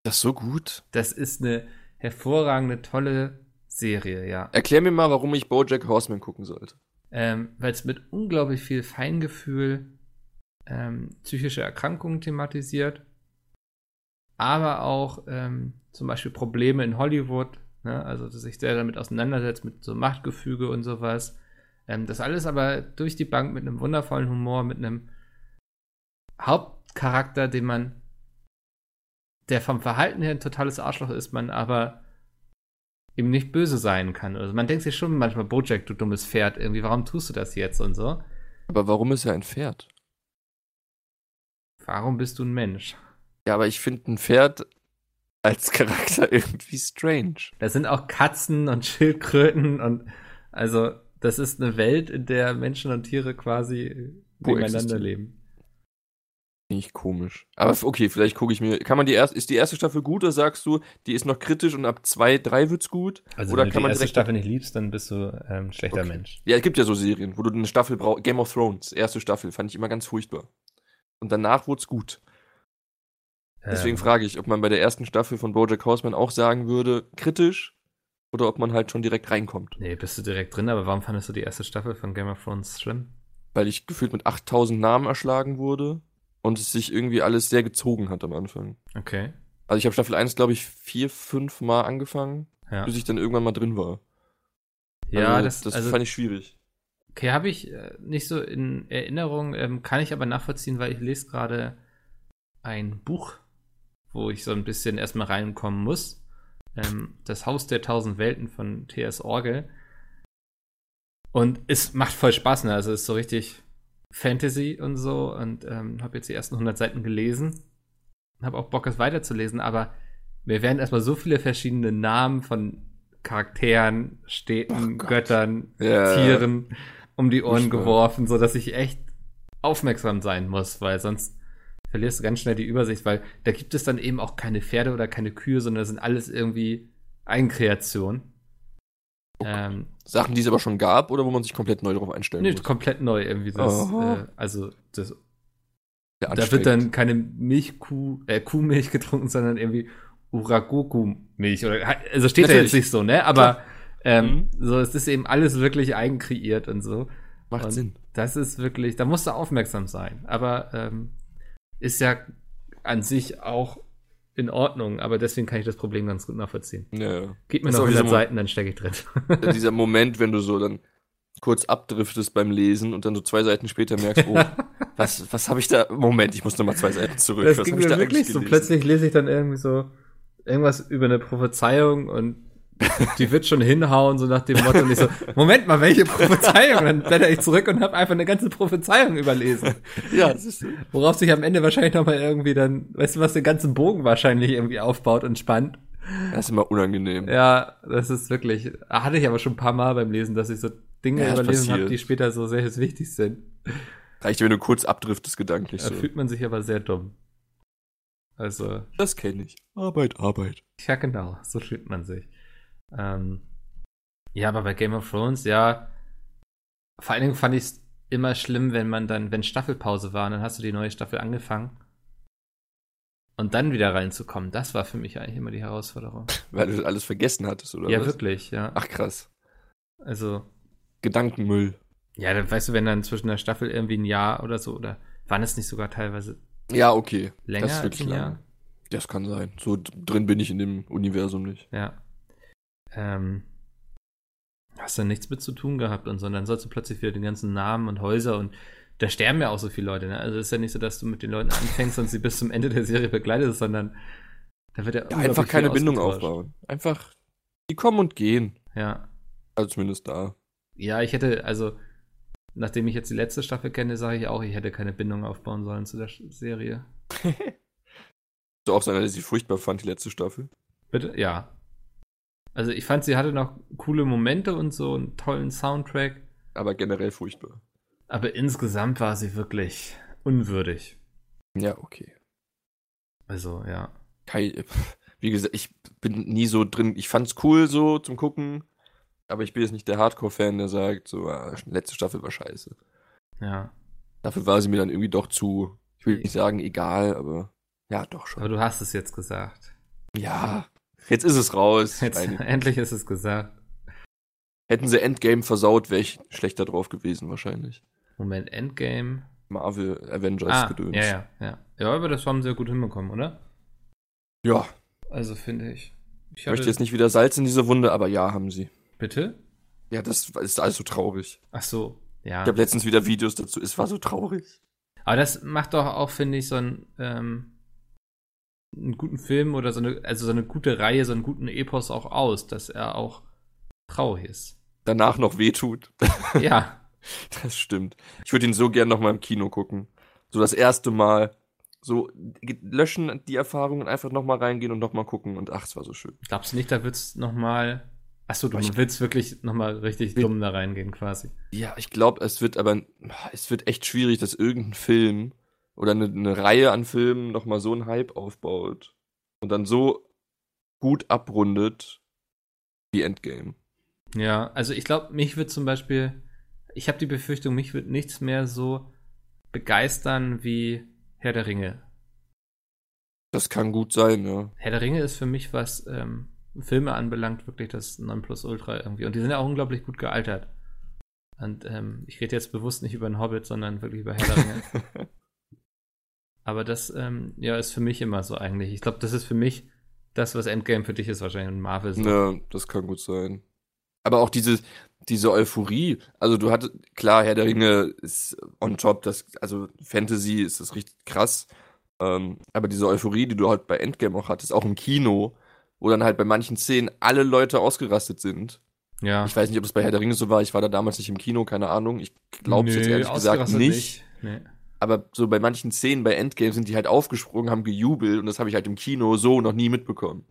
das ist so gut.
Das ist eine hervorragende, tolle Serie, ja.
Erklär mir mal, warum ich BoJack Horseman gucken sollte.
Ähm, Weil es mit unglaublich viel Feingefühl ähm, psychische Erkrankungen thematisiert, aber auch ähm, zum Beispiel Probleme in Hollywood, ne? also dass sich sehr damit auseinandersetzt, mit so Machtgefüge und sowas. Ähm, das alles aber durch die Bank mit einem wundervollen Humor, mit einem Hauptcharakter, den man, der vom Verhalten her ein totales Arschloch ist, man aber ihm nicht böse sein kann. Also man denkt sich schon manchmal, Bojack, du dummes Pferd, irgendwie, warum tust du das jetzt und so?
Aber warum ist er ein Pferd?
Warum bist du ein Mensch?
Ja, aber ich finde ein Pferd als Charakter irgendwie strange.
Da sind auch Katzen und Schildkröten und also das ist eine Welt, in der Menschen und Tiere quasi nebeneinander
Koexistieren.
leben.
Finde ich komisch. Aber f- okay, vielleicht gucke ich mir. Kann man die erst, ist die erste Staffel gut oder sagst du, die ist noch kritisch und ab zwei, drei wird's gut?
Also
oder kann man direkt.
nicht liebst, dann bist du ein schlechter
Okay.
Mensch.
Ja, es gibt ja so Serien, wo du eine Staffel brauchst. Game of Thrones, erste Staffel, fand ich immer ganz furchtbar. Und danach wurd's gut. Deswegen
Ähm,
frage ich, ob man bei der ersten Staffel von Bojack Horseman auch sagen würde, kritisch oder ob man halt schon direkt reinkommt.
Nee, bist du direkt drin, aber warum fandest du die erste Staffel von Game of Thrones schlimm?
Weil ich gefühlt mit 8000 Namen erschlagen wurde und es sich irgendwie alles sehr gezogen hat am Anfang.
Okay.
Also ich habe Staffel 1, glaube ich, vier, fünf Mal angefangen,
Ja,
bis ich dann irgendwann mal drin war.
ja
also,
das,
das
also,
fand ich schwierig.
okay, habe ich äh, nicht so in Erinnerung, ähm, kann ich aber nachvollziehen, weil ich lese gerade ein Buch, wo ich so ein bisschen erstmal reinkommen muss. Ähm, das Haus der tausend Welten von T.S. Orgel. Und es macht voll Spaß, ne? Also es ist so richtig Fantasy und so und ähm, habe jetzt die ersten 100 Seiten gelesen. Habe auch Bock, es weiterzulesen, aber mir werden erstmal so viele verschiedene Namen von Charakteren, Städten,
Oh Gott.
Göttern,
Ja. Äh,
Tieren um die Ohren
Furchtbar.
geworfen, so dass ich echt aufmerksam sein muss, weil sonst verlierst du ganz schnell die Übersicht, weil da gibt es dann eben auch keine Pferde oder keine Kühe, sondern das sind alles irgendwie Eigenkreationen.
Oh
Ähm,
Sachen, die es aber schon gab oder wo man sich komplett neu drauf einstellen
nee,
muss.
komplett neu irgendwie das.
Oh.
Äh, also das,
Sehr
da wird
anstrengend.
dann keine Milchkuh, äh, Kuhmilch getrunken, sondern irgendwie Uragoku-Milch oder also steht da
Natürlich.
jetzt nicht so, ne? Aber ähm,
Mhm.
so, es ist eben alles wirklich eigenkreiert und so.
Macht
Und
Sinn.
Das ist wirklich, da musst du aufmerksam sein. Aber ähm, ist ja an sich auch in Ordnung, aber deswegen kann ich das Problem ganz gut nachvollziehen.
Ja, ja.
Gib mir
Ist
noch
auch wie so
100
ein-
Seiten, dann stecke ich drin.
Ja, dieser Moment, wenn du so dann kurz abdriftest beim Lesen und dann so zwei Seiten später merkst, oh, was, was habe ich da? Moment, ich muss nochmal zwei Seiten zurück.
das
was
ging
hab ich
mir
da
wirklich
eigentlich
so.
gelesen?
Plötzlich lese ich dann irgendwie so irgendwas über eine Prophezeiung und die wird schon hinhauen, so nach dem Motto. Und ich so, Moment mal, welche Prophezeiung? Und dann blätter ich zurück und habe einfach eine ganze Prophezeiung überlesen.
Ja, das ist
Worauf sich am Ende wahrscheinlich nochmal irgendwie dann, weißt du was, den ganzen Bogen wahrscheinlich irgendwie aufbaut und spannt.
das ist immer unangenehm.
Ja, das ist wirklich. Hatte ich aber schon ein paar Mal beim Lesen, dass ich so Dinge
Ja, das
überlesen habe,
passiert.
die später so sehr wichtig sind.
Reicht, wenn du kurz abdriftest gedanklich
Da
so.
fühlt man sich aber sehr dumm. Also,
Das kenne ich. Arbeit, Arbeit.
ja, genau, so fühlt man sich. Ähm, ja, aber bei Game of Thrones, ja. Vor allen Dingen fand ich es immer schlimm, wenn man dann, wenn Staffelpause war, und dann hast du die neue Staffel angefangen. Und dann wieder reinzukommen, das war für mich eigentlich immer die Herausforderung.
Weil du alles vergessen hattest, oder
ja,
was?
wirklich, ja.
Ach krass.
Also,
Gedankenmüll.
Ja, dann weißt du, wenn dann zwischen der Staffel irgendwie ein Jahr oder so, oder waren es nicht sogar teilweise
Ja, okay.
länger
das ist wirklich
als ein
lang. Das kann sein. So d- drin bin ich in dem Universum nicht.
Jahr? Ja. Ähm, hast du nichts mit zu tun gehabt und so, und dann sollst du plötzlich wieder den ganzen Namen und Häuser und da sterben ja auch so viele Leute, ne? Also es ist ja nicht so, dass du mit den Leuten anfängst und sie bis zum Ende der Serie begleitest, sondern da wird ja,
Ja,
unglaublich
einfach keine
viel
Bindung
ausgetauscht.
aufbauen. Einfach, die kommen und gehen.
Ja.
Also zumindest da.
Ja, ich hätte, also, nachdem ich jetzt die letzte Staffel kenne, sage ich auch, ich hätte keine Bindung aufbauen sollen zu der Sch- Serie.
So auch sein, dass ich sie furchtbar fand, die letzte Staffel.
Bitte? Ja. Also ich fand, sie hatte noch coole Momente und so einen tollen Soundtrack,
Aber generell furchtbar.
aber insgesamt war sie wirklich unwürdig.
Ja, okay.
Also, ja.
Kai, äh, pf, wie gesagt, ich bin nie so drin. Ich fand's cool so zum Gucken. Aber ich bin jetzt nicht der Hardcore-Fan, der sagt, so, ah, letzte Staffel war scheiße.
Ja.
Dafür war sie mir dann irgendwie doch zu, ich will nicht sagen egal, aber ja, doch schon.
Aber du hast es jetzt gesagt.
Ja, jetzt ist es raus.
Jetzt,
Nein,
endlich ist es gesagt.
hätten sie Endgame versaut, wäre ich schlechter drauf gewesen wahrscheinlich.
Moment, Endgame.
Marvel Avengers
Ah,
gedöns.
ja, ja, ja. Ja, aber das haben sie ja gut hinbekommen, oder?
Ja,
Also finde ich. Ich
ich möchte jetzt nicht wieder Salz in diese Wunde, aber ja, haben sie.
Bitte?
Ja, das ist alles so traurig.
Ach so, ja.
Ich habe letztens wieder Videos dazu. Es war so traurig.
Aber das macht doch auch, finde ich, so einen, ähm, einen guten Film oder so eine, also so eine gute Reihe, so einen guten Epos auch aus, dass er auch traurig ist.
Danach noch wehtut.
Ja,
Das stimmt. Ich würde ihn so gern noch mal im Kino gucken. So das erste Mal. So ge- löschen die Erfahrungen einfach nochmal reingehen und nochmal gucken und ach, es war so schön.
Glaubst du nicht, da wird's nochmal. Achso, du
Ich-
willst wirklich nochmal richtig
Will-
dumm da reingehen, quasi.
Ja, ich glaube, es wird aber, es wird echt schwierig, dass irgendein Film oder eine, eine Reihe an Filmen nochmal so einen Hype aufbaut und dann so gut abrundet wie Endgame.
Ja, also ich glaube, mich wird zum Beispiel, ich habe die Befürchtung, mich wird nichts mehr so begeistern wie Herr der Ringe.
Das kann gut sein, ja.
Herr der Ringe ist für mich, was ähm, Filme anbelangt, wirklich das Nonplusultra irgendwie. Und die sind ja auch unglaublich gut gealtert. Und ähm, ich rede jetzt bewusst nicht über den Hobbit, sondern wirklich über Herr der Ringe. Aber das ähm, ja, ist für mich immer so eigentlich. Ich glaube, das ist für mich das, was Endgame für dich ist wahrscheinlich und Marvel so.
Ja, das kann gut sein. Aber auch diese, diese Euphorie, also du hattest, klar, Herr der Ringe ist on top, das, also Fantasy ist das richtig krass. Ähm, aber diese Euphorie, die du halt bei Endgame auch hattest, auch im Kino, wo dann halt bei manchen Szenen alle Leute ausgerastet sind.
Ja.
Ich weiß nicht, ob es bei Herr der Ringe so war, ich war da damals nicht im Kino, keine Ahnung. Ich glaube es jetzt
Nö,
ehrlich gesagt
ausgerastet
nicht.
Nee.
Aber so bei manchen Szenen bei Endgame sind die halt aufgesprungen, haben gejubelt und das habe ich halt im Kino so noch nie mitbekommen.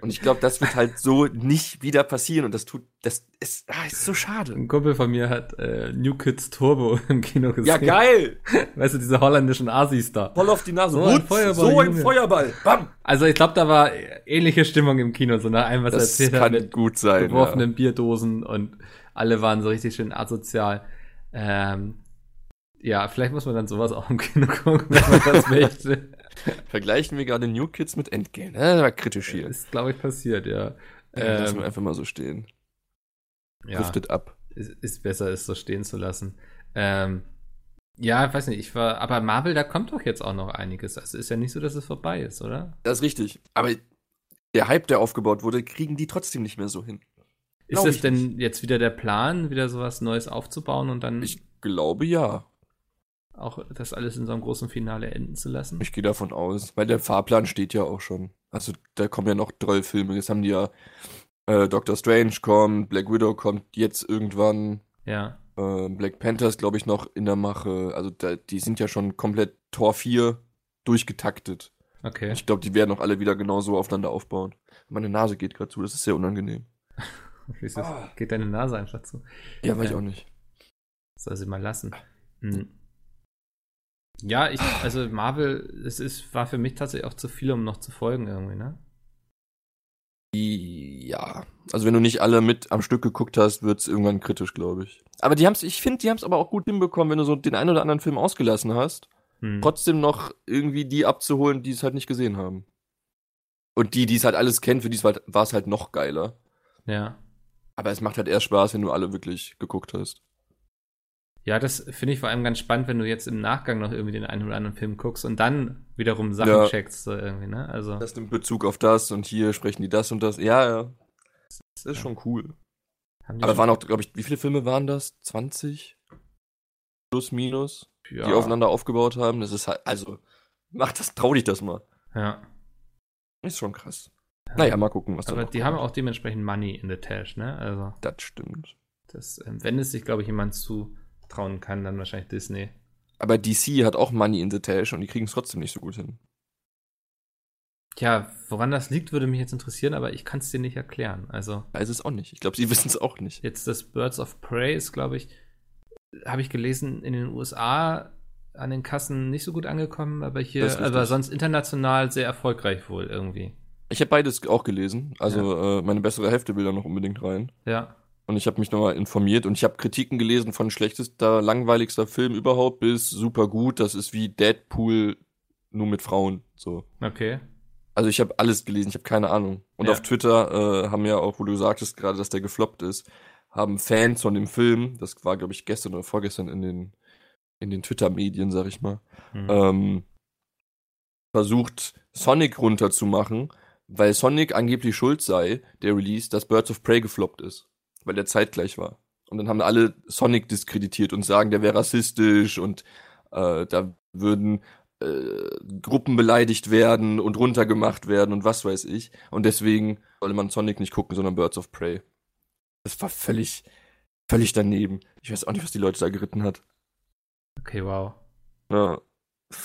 Und ich glaube, das wird halt so nicht wieder passieren und das tut, das ist, ah, ist so schade.
Ein Kumpel von mir hat äh, New Kids Turbo im Kino gesehen.
Ja, geil!
Weißt du, diese holländischen Asis da.
Voll auf die Nase.
So ein
Hutz,
Feuerball,
so ein
Junge.
Feuerball. Bam!
Also ich glaube, da war ähnliche Stimmung im Kino, so nach allem, was
Das
er erzählt hat
kann
mit
gut sein. Ja.
geworfenen Bierdosen und alle waren so richtig schön asozial. Ähm, ja, vielleicht muss man dann sowas auch im Kino gucken, wenn man das möchte.
Vergleichen wir gerade New Kids mit Endgame. Das war kritisch hier.
Ist, glaube ich, passiert, ja.
Ja, Lassen wir
Ähm,
einfach mal so stehen.
ja.
Driftet ab.
ist, ist besser, es so stehen zu lassen. Ähm, ja, ich weiß nicht, ich war, aber Marvel, da kommt doch jetzt auch noch einiges. Also ist ja nicht so, dass es vorbei ist, oder?
Das ist richtig. Aber der Hype, der aufgebaut wurde, kriegen die trotzdem nicht mehr so hin.
Ist
Glaub
das
ich
denn jetzt wieder der Plan, wieder sowas Neues aufzubauen und dann
Ich glaube ja.
auch das alles in so einem großen Finale enden zu lassen?
Ich gehe davon aus, weil der Fahrplan steht ja auch schon. Also da kommen ja noch drei Filme. Jetzt haben die ja äh, Doctor Strange kommt, Black Widow kommt jetzt irgendwann,
ja.
äh, Black Panther ist glaube ich noch in der Mache. Also da, die sind ja schon komplett Tor 4 durchgetaktet.
Okay.
Ich glaube, die werden auch alle wieder genauso aufeinander aufbauen. Meine Nase geht gerade zu, das ist sehr unangenehm.
Schließlich
Ah.
Geht deine Nase einfach zu.
Ja, weiß ich
Ja.
auch nicht.
Soll sie mal lassen. Hm. Ja, ich, also Marvel, es ist, war für mich tatsächlich auch zu viel, um noch zu folgen irgendwie, ne?
Die- Ja, also wenn du nicht alle mit am Stück geguckt hast, wird es irgendwann kritisch, glaube ich. Aber die haben's, ich finde, die haben es aber auch gut hinbekommen, wenn du so den einen oder anderen Film ausgelassen hast.
Hm.
trotzdem noch irgendwie die abzuholen, die es halt nicht gesehen haben. Und die, die es halt alles kennen, für die es halt- war es halt noch geiler.
Ja.
Aber es macht halt erst Spaß, wenn du alle wirklich geguckt hast.
Ja, das finde ich vor allem ganz spannend, wenn du jetzt im Nachgang noch irgendwie den einen oder anderen Film guckst und dann wiederum Sachen
Ja.
checkst, so irgendwie, ne? Also,
Das nimmt Bezug auf das und hier sprechen die das und das. Ja, ja. Das ist
Ja.
schon cool.
haben die
Aber
schon-
waren auch, glaube ich, wie viele Filme waren das? 20? Plus, minus,
ja,
die aufeinander aufgebaut haben. Das ist halt, also, mach das, trau dich das mal.
Ja.
Ist schon krass. Naja, mal gucken, was da
Aber
noch
die haben
kommt.
auch dementsprechend Money in the Tash, ne? Also,
Das stimmt.
das, ähm, wenn es sich, glaube ich, jemand zutrauen kann, dann wahrscheinlich Disney.
Aber DC hat auch Money in the Tash und die kriegen es trotzdem nicht so gut hin.
Tja, woran das liegt, würde mich jetzt interessieren, aber ich kann es dir nicht erklären. Also,
Weiß es auch nicht. Ich glaube, sie wissen es auch nicht.
jetzt das Birds of Prey ist, glaube ich, habe ich gelesen, in den USA an den Kassen nicht so gut angekommen, aber
Das ist
hier,
richtig.
aber sonst international sehr erfolgreich wohl irgendwie.
Ich habe beides auch gelesen. Also äh, meine bessere Hälfte will da noch unbedingt rein.
Ja.
Und ich habe mich nochmal informiert und ich habe Kritiken gelesen von schlechtester, langweiligster Film überhaupt bis super gut. Das ist wie Deadpool nur mit Frauen. So.
Okay.
Also ich habe alles gelesen, ich habe keine Ahnung. Und
Ja.
auf Twitter äh, haben ja auch, wo du sagtest gerade, dass der gefloppt ist, haben Fans von dem Film, das war glaube ich gestern oder vorgestern in den in den Twitter-Medien, sag ich mal,
Hm.
ähm, versucht, Sonic runterzumachen, weil Sonic angeblich schuld sei, der Release, dass Birds of Prey gefloppt ist, weil der zeitgleich war. Und dann haben alle Sonic diskreditiert und sagen, der wäre rassistisch und äh, da würden äh, Gruppen beleidigt werden und runtergemacht werden und was weiß ich. Und deswegen solle man Sonic nicht gucken, sondern Birds of Prey. Das war völlig, völlig daneben. Ich weiß auch nicht, was die Leute da geritten hat.
Okay, wow.
Ja.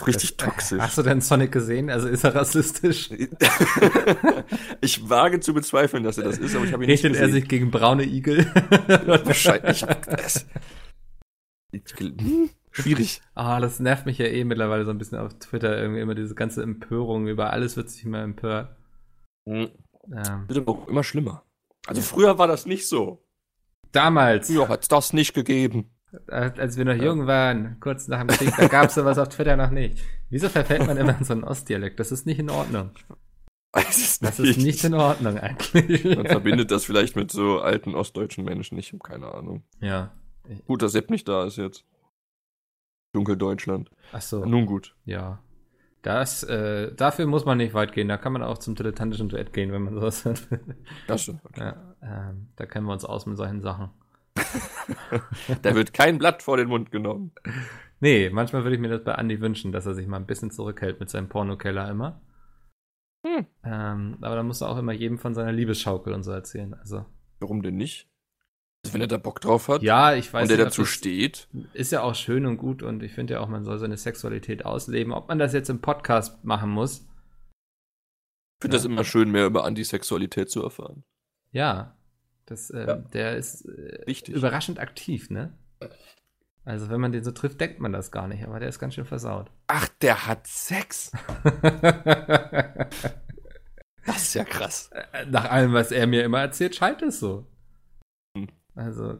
Richtig
Das-
toxisch.
Hast du denn Sonic gesehen? Also ist er rassistisch?
ich wage zu bezweifeln, dass er das ist, aber ich habe ihn
Richtet
nicht
er
gesehen.
sich gegen braune Igel?
Wahrscheinlich. Es- Ich gl- hm, Schwierig.
Ah, das nervt mich ja eh mittlerweile so ein bisschen auf Twitter irgendwie immer diese ganze Empörung über alles wird sich immer empört. Ähm,
Wird aber auch Hm, immer schlimmer. Also früher war das nicht so.
damals,
Früher hat es das nicht gegeben.
als als wir noch jung waren, kurz nach dem Krieg, da gab es sowas auf Twitter noch nicht. Wieso verfällt man immer in so einen Ostdialekt? Das ist nicht in Ordnung.
Es ist
Das ist nicht in Ordnung eigentlich.
Man verbindet das vielleicht mit so alten ostdeutschen Menschen. Ich habe keine Ahnung.
ja.
Gut, dass Sepp nicht da ist jetzt. Dunkeldeutschland.
Ach so.
Nun gut.
Ja. Das, äh, dafür muss man nicht weit gehen. Da kann man auch zum dilettantischen Duett gehen, wenn man sowas hört.
Das stimmt.
ja, ähm, da kennen wir uns aus mit solchen Sachen.
Da wird kein Blatt vor den Mund genommen.
Nee, manchmal würde ich mir das bei Andy wünschen, dass er sich mal ein bisschen zurückhält mit seinem Pornokeller immer.
Hm.
Ähm, aber dann muss er auch immer jedem von seiner Liebesschaukel und so erzählen. Also,
Warum denn nicht? Also wenn er da Bock drauf hat
ja, ich weiß
und der
nicht, ob
dazu
das-
steht.
ist ja auch schön und gut und ich finde ja auch, man soll seine Sexualität ausleben. Ob man das jetzt im Podcast machen muss,
Ich finde das immer schön, mehr über Antisexualität zu erfahren.
ja. Das, äh,
Ja.
Der ist äh,
Wichtig.
überraschend aktiv, ne? Also, wenn man den so trifft, denkt man das gar nicht, aber der ist ganz schön versaut.
Ach, der hat Sex. Das ist ja krass.
nach allem, was er mir immer erzählt, scheint es so.
Hm.
Also,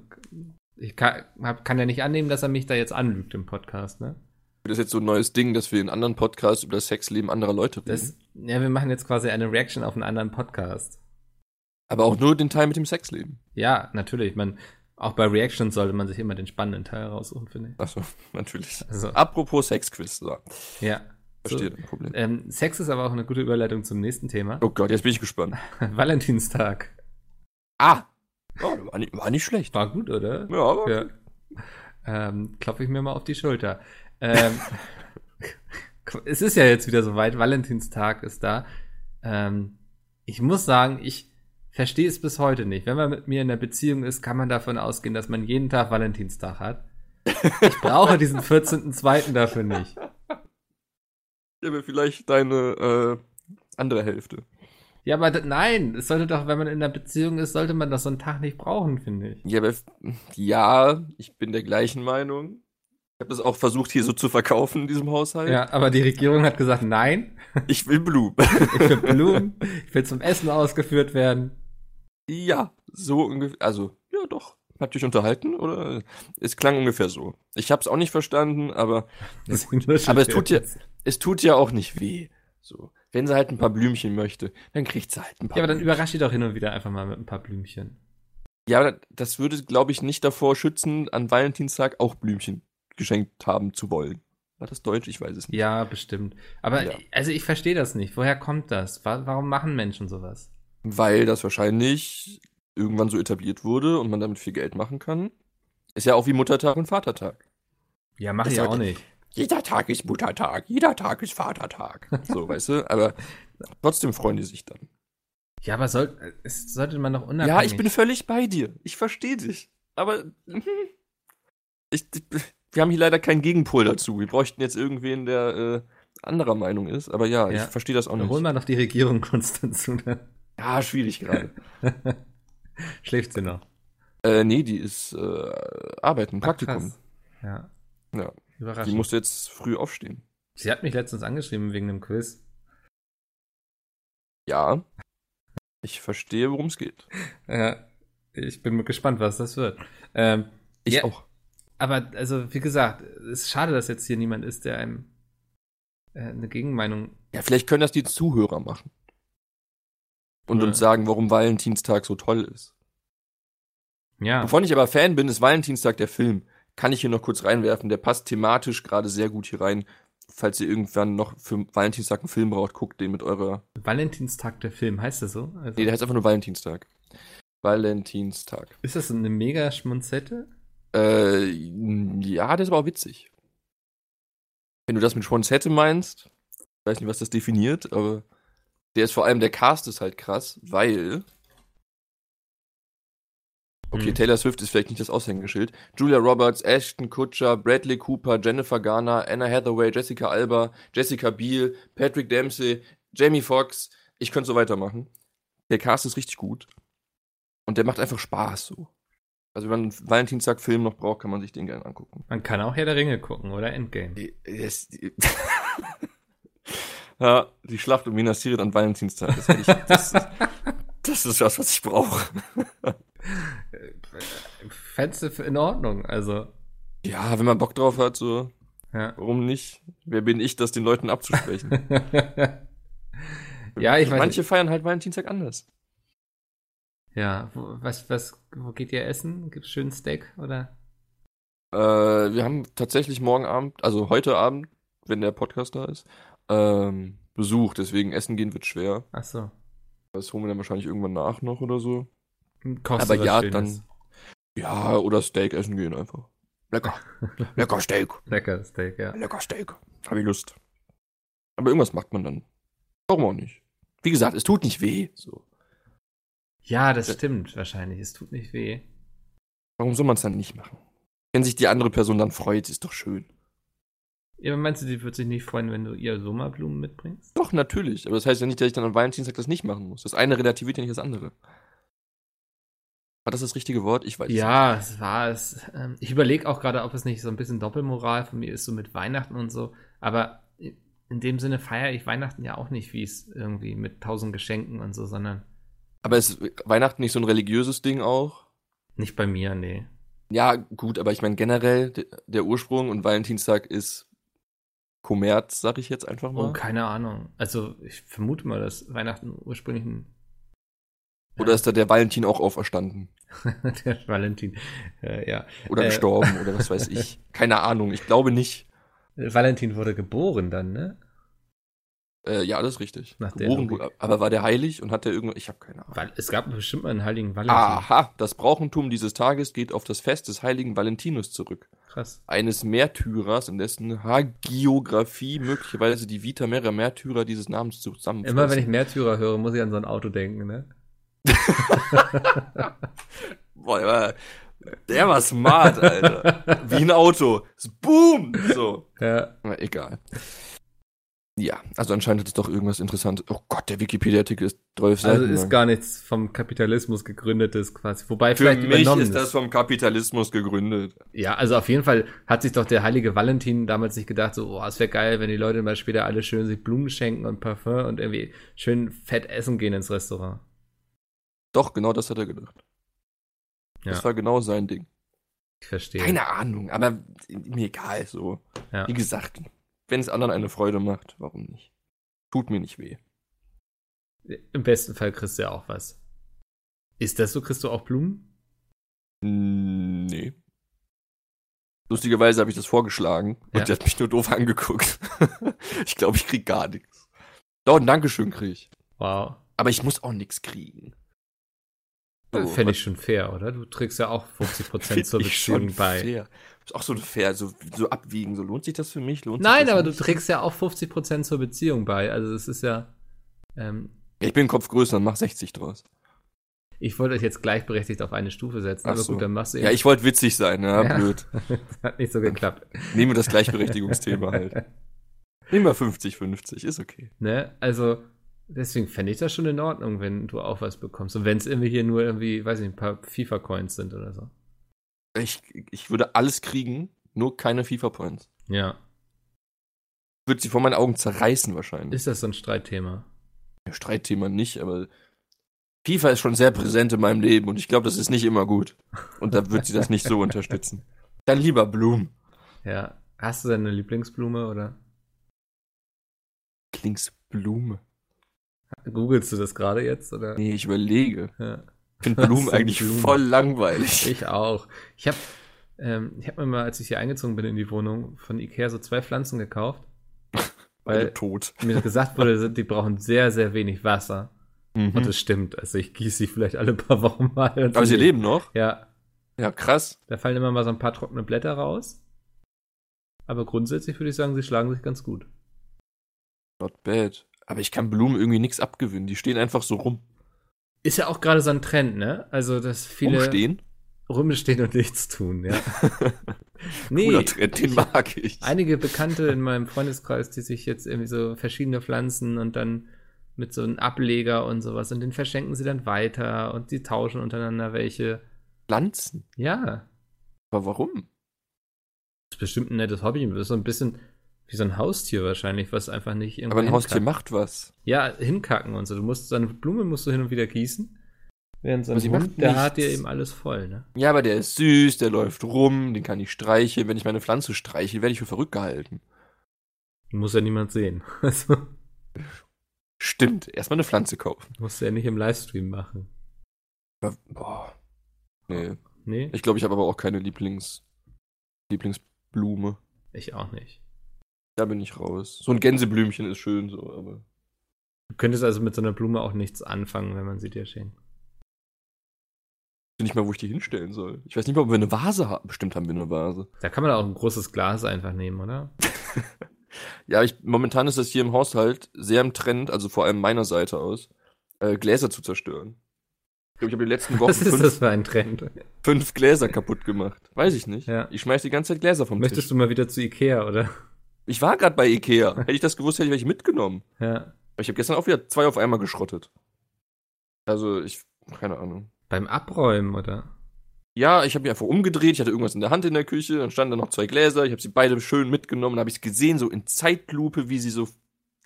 ich kann, hab, kann ja nicht annehmen, dass er mich da jetzt anlügt im Podcast, ne?
Das ist jetzt so ein neues Ding, dass wir in anderen Podcasts über das Sexleben anderer Leute reden.
Das, ja, wir machen jetzt quasi eine Reaction auf einen anderen Podcast.
aber auch nur den Teil mit dem Sexleben.
Ja, natürlich. Man, auch bei Reactions sollte man sich immer den spannenden Teil raussuchen, finde ich.
Achso, natürlich.
Also,
Apropos Sexquiz. So,
ja.
verstehe das Problem.
Ähm, Sex ist aber auch eine gute Überleitung zum nächsten Thema.
Oh Gott, jetzt bin ich gespannt.
Valentinstag.
Ah! Oh, war, nicht, war nicht schlecht.
War gut, oder?
Ja, aber
Ja. Ähm, klopfe ich mir mal auf die Schulter. Ähm, es ist ja jetzt wieder soweit, Valentinstag ist da. Ähm, ich muss sagen, ich verstehe es bis heute nicht. Wenn man mit mir in einer Beziehung ist, kann man davon ausgehen, dass man jeden Tag Valentinstag hat. Ich brauche diesen 14.02. dafür nicht.
ich habe vielleicht deine äh, andere Hälfte.
Ja, aber d- nein, es sollte doch, wenn man in einer Beziehung ist, sollte man doch so einen Tag nicht brauchen, finde ich.
Ja, aber f- ja, ich bin der gleichen Meinung. Ich habe das auch versucht, hier so zu verkaufen in diesem Haushalt.
Ja, aber die Regierung hat gesagt, nein,
Ich will Blue.
ich will Blumen, ich will zum Essen ausgeführt werden.
ja, so ungefähr. Also, ja, doch. Habt ihr euch unterhalten? Oder? Es klang ungefähr so. Ich habe es auch nicht verstanden, aber Aber es tut ja, es tut ja auch nicht weh. So. Wenn sie halt ein paar Blümchen möchte, dann kriegt sie halt ein paar.
Ja, aber dann
Blümchen.
überrascht ihr doch hin und wieder einfach mal mit ein paar Blümchen.
ja aber das würde, glaube ich, nicht davor schützen, an Valentinstag auch Blümchen geschenkt haben zu wollen. War das Deutsch? Ich weiß es nicht.
Ja, bestimmt. Aber
Ja.
also ich verstehe das nicht. Woher kommt das? Wa- Warum machen Menschen sowas?
Weil das wahrscheinlich irgendwann so etabliert wurde und man damit viel Geld machen kann. Ist ja auch wie Muttertag und Vatertag.
Ja, mache
Das
ich auch
sollte-
nicht.
Jeder Tag ist Muttertag, jeder Tag ist Vatertag. So, weißt du? Aber trotzdem freuen die sich dann.
Ja, aber soll, es sollte man doch unabhängig.
Ja, ich bin völlig bei dir. Ich verstehe dich. Aber mhm. ich, wir haben hier leider keinen Gegenpol dazu. Wir bräuchten jetzt irgendwen, der äh, anderer Meinung ist. Aber ja,
Ja.
ich verstehe das auch
Dann holen
nicht.
wir doch die Regierung uns dazu. ne?
Ja, schwierig gerade.
Schläft sie noch.
äh, nee, die ist äh, arbeiten, Praktikum.
Krass. Ja.
Ja. Die
Überraschend.
musste jetzt früh aufstehen.
sie hat mich letztens angeschrieben wegen einem Quiz.
Ja. Ich verstehe, worum es geht.
Ja. Ich bin gespannt, was das wird. Ähm,
Ich
Ja.
auch.
Aber, also, wie gesagt, es ist schade, dass jetzt hier niemand ist, der einem äh, eine Gegenmeinung.
Ja, vielleicht können das die Zuhörer machen. Und
Ja.
uns sagen, warum Valentinstag so toll ist.
Ja.
Wovon ich aber Fan bin, ist Valentinstag der Film. Kann ich hier noch kurz reinwerfen. Der passt thematisch gerade sehr gut hier rein. Falls ihr irgendwann noch für Valentinstag einen Film braucht, guckt den mit eurer.
Valentinstag der Film, heißt das so? Also,
Nee, der heißt einfach nur Valentinstag. Valentinstag.
ist das eine mega Schmunzette?
Äh, ja, der ist aber auch witzig. Wenn du das mit Schwanzette meinst, ich weiß nicht, was das definiert, aber der ist vor allem, der Cast ist halt krass, weil. Oh Okay,
Mhm.
Taylor Swift ist vielleicht nicht das Aushängeschild. Julia Roberts, Ashton Kutcher, Bradley Cooper, Jennifer Garner, Anna Hathaway, Jessica Alba, Jessica Biel, Patrick Dempsey, Jamie Foxx. Ich könnte so weitermachen. Der Cast ist richtig gut. Und der macht einfach Spaß so. Also wenn man einen Valentinstag-Film noch braucht, kann man sich den gerne angucken.
Man kann auch Herr der Ringe gucken, oder? Endgame.
Die, ja, die Schlacht um Minas Tirith an Valentinstag. Das, hätte ich, das, das ist das, was ich brauche.
Fändest du in Ordnung, also.
Ja, wenn man Bock drauf hat, so,
Ja.
warum nicht? Wer bin ich, das den Leuten abzusprechen?
ja, ich weiß
Manche feiern halt Valentinstag anders.
nicht. Ja, wo, was, was, wo geht ihr essen? Gibt's schön Steak, oder?
Äh, wir haben tatsächlich morgen Abend, also heute Abend, wenn der Podcast da ist, ähm, Besuch. Deswegen essen gehen wird schwer.
Ach so.
Das holen wir dann wahrscheinlich irgendwann nach noch oder so.
Kostet
Aber
was
ja,
Schönes.
dann. Ja, oder Steak essen gehen einfach. Lecker. Lecker Steak.
Lecker Steak, ja.
Lecker Steak. Hab ich Lust. Aber irgendwas macht man dann. Warum auch nicht? Wie gesagt, es tut nicht weh. So.
Ja, das stimmt wahrscheinlich. Es tut nicht weh.
Warum soll man es dann nicht machen? Wenn sich die andere Person dann freut, ist doch schön.
Ja, aber meinst du, die wird sich nicht freuen, wenn du ihr Sommerblumen mitbringst?
Doch, natürlich. Aber das heißt ja nicht, dass ich dann am Valentinstag das nicht machen muss. Das eine relativiert ja nicht das andere. War das das richtige Wort? Ich weiß es
Ja, es war es. Ähm, Ich überlege auch gerade, ob es nicht so ein bisschen Doppelmoral von mir ist, so mit Weihnachten und so. Aber in dem Sinne feiere ich Weihnachten ja auch nicht, wie es irgendwie mit tausend Geschenken und so, sondern
nicht. Aber ist Weihnachten nicht so ein religiöses Ding auch?
nicht bei mir, nee.
Ja, gut, aber ich meine generell, de- der Ursprung und Valentinstag ist Kommerz, sag ich jetzt einfach mal.
Oh, keine Ahnung. Also ich vermute mal, dass Weihnachten ursprünglich ein
Oder ist da der Valentin auch auferstanden?
der Valentin. Äh, ja.
Oder
Äh.
gestorben oder was weiß ich. Keine Ahnung, ich glaube nicht.
Äh, Valentin wurde geboren dann, ne?
Äh, ja, das ist richtig.
Nach der
Geboren,
Logik.
wurde- aber war der heilig und hat der irgendwas? Ich habe keine Ahnung.
Weil es gab bestimmt mal einen heiligen Valentin.
Aha, das Brauchentum dieses Tages geht auf das Fest des heiligen Valentinus zurück.
Krass.
Eines Märtyrers, in dessen Hagiographie möglicherweise die Vita mehrerer Märtyrer dieses Namens zusammenfasst.
Immer wenn ich Märtyrer höre, muss ich an so ein Auto denken, ne?
Boah, der war, der war smart, Alter. Wie ein Auto. Boom! So.
Ja.
Na, egal. Ja, also anscheinend hat es doch irgendwas Interessantes. Oh Gott, der Wikipedia-Artikel ist 12 Seiten ne?
Also ist
lang.
gar nichts vom Kapitalismus gegründetes quasi. Wobei
Für
vielleicht
mich
übernommen
ist das vom Kapitalismus gegründet.
Ja, also auf jeden Fall hat sich doch der heilige Valentin damals nicht gedacht, so, oh, es wäre geil, wenn die Leute mal später alle schön sich Blumen schenken und Parfum und irgendwie schön fett essen gehen ins Restaurant.
Doch, genau das hat er gedacht.
Ja.
Das war genau sein Ding.
Ich verstehe.
Keine Ahnung, aber mir egal so.
Ja.
Wie gesagt, wenn es anderen eine Freude macht, warum nicht? Tut mir nicht weh.
Im besten Fall kriegst du ja auch was. Ist das so? Kriegst du auch Blumen?
Mm, Nee. Lustigerweise habe ich das vorgeschlagen
Ja.
und der hat mich nur doof angeguckt. ich glaube, ich krieg gar nichts. Doch, ein Dankeschön krieg ich.
Wow.
Aber ich muss auch nichts kriegen.
Oh,
So,
Fände ich schon fair, oder? Du trägst ja auch 50%
find
zur
ich schon
Beziehung bei.
Fair. Ist auch so fair, so, so abwiegen, so lohnt sich das für mich, lohnt sich
Nein,
das
aber
für
du
mich?
trägst ja auch 50% zur Beziehung bei. Also es ist ja. Ähm,
Ich bin Kopf größer und mach 60 draus.
ich wollte euch jetzt gleichberechtigt auf eine Stufe setzen,
Ach
aber
so.
gut, dann machst du
Ja, ich wollte witzig sein, ja,
Ja.
blöd.
Hat nicht so geklappt.
Nehmen wir das Gleichberechtigungsthema halt. Nehmen wir 50-50, ist okay.
Ne? Also, deswegen fände ich das schon in Ordnung, wenn du auch was bekommst. Und wenn es irgendwie hier nur irgendwie, weiß ich nicht, ein paar FIFA-Coins sind oder so.
Ich, ich würde alles kriegen, nur keine FIFA-Points.
Ja.
Würde sie vor meinen Augen zerreißen wahrscheinlich.
Ist das so ein Streitthema?
Streitthema nicht, aber FIFA ist schon sehr präsent in meinem Leben und ich glaube, das ist nicht immer gut. Und da wird sie das nicht so unterstützen. Dann lieber Blum.
Ja. Hast du deine Lieblingsblume oder?
Klingt's Blume.
Googelst du das gerade jetzt? Oder?
Nee, ich überlege.
Ja.
Ich finde
Was
Blumen
sind
eigentlich
Blumen?
voll langweilig.
Ich auch. Ich habe ähm, ich hab mir mal, als ich hier eingezogen bin in die Wohnung, von Ikea so zwei Pflanzen gekauft. Weil
tot.
mir gesagt wurde, die brauchen sehr, sehr wenig Wasser. Und das stimmt. Also ich gieße sie vielleicht alle paar Wochen mal. und
Mhm. Aber sie
die-
leben noch.
Ja,
Ja, krass.
Da fallen immer mal so ein paar trockene Blätter raus. Aber grundsätzlich würde ich sagen, sie schlagen sich ganz gut.
Not bad. Aber ich kann Blumen irgendwie nichts abgewinnen. Die stehen einfach so rum.
Ist ja auch gerade so ein Trend, ne? Also, dass viele.
Rumstehen?
rumstehen und nichts tun, ja. nee,
Cooler Trend, den
ich-
mag ich.
einige Bekannte in meinem Freundeskreis, die sich jetzt irgendwie so verschiedene Pflanzen und dann mit so einem Ableger und sowas und den verschenken sie dann weiter und die tauschen untereinander welche.
Pflanzen.
Ja,
Aber warum?
ist bestimmt ein nettes Hobby. Das ist so ein bisschen wie so ein Haustier wahrscheinlich, was einfach nicht irgendwie.
Aber ein Haustier
hinkackt.
macht was.
Ja, hinkacken und so. Du musst seine Blume musst du hin und wieder gießen. Während so
Aber sie
ein
macht
Hund, der hat
nichts.
dir eben alles voll, ne?
Ja, aber der ist süß, der läuft rum, den kann ich streicheln. Wenn ich meine Pflanze streiche, werde ich für verrückt gehalten.
Muss ja niemand sehen. Also,
Stimmt, erstmal eine Pflanze kaufen.
musst du ja nicht im Livestream machen.
Aber- Boah. Nee.
Nee,
Ich glaube, ich habe aber auch keine Lieblings Lieblingsblume.
ich auch nicht.
Da bin ich raus. So ein Gänseblümchen ist schön so, aber.
Du könntest also mit so einer Blume auch nichts anfangen, wenn man sie dir schenkt.
Ich weiß nicht mal, wo ich die hinstellen soll. Ich weiß nicht mal, ob wir eine Vase haben. Bestimmt haben wir eine Vase.
Da kann man auch ein großes Glas einfach nehmen, oder?
Ja, ich, momentan ist das hier im Haushalt sehr im Trend, also vor allem meiner Seite aus, äh, Gläser zu zerstören. Ich glaube, ich habe die letzten Wochen
Was ist das
fünf,
für ein Trend?
fünf Gläser kaputt gemacht. Weiß ich nicht.
Ja.
Ich schmeiß die ganze Zeit Gläser vom
Möchtest
Tisch.
du mal wieder zu Ikea, oder?
Ich war gerade bei Ikea. Hätte ich das gewusst, hätte ich welche mitgenommen.
Ja.
Aber ich habe gestern auch wieder zwei auf einmal geschrottet. Also, ich, keine Ahnung.
Beim Abräumen, oder?
Ja, ich habe mich einfach umgedreht, ich hatte irgendwas in der Hand in der Küche, dann standen da noch zwei Gläser, ich habe sie beide schön mitgenommen, habe ich gesehen, so in Zeitlupe, wie sie so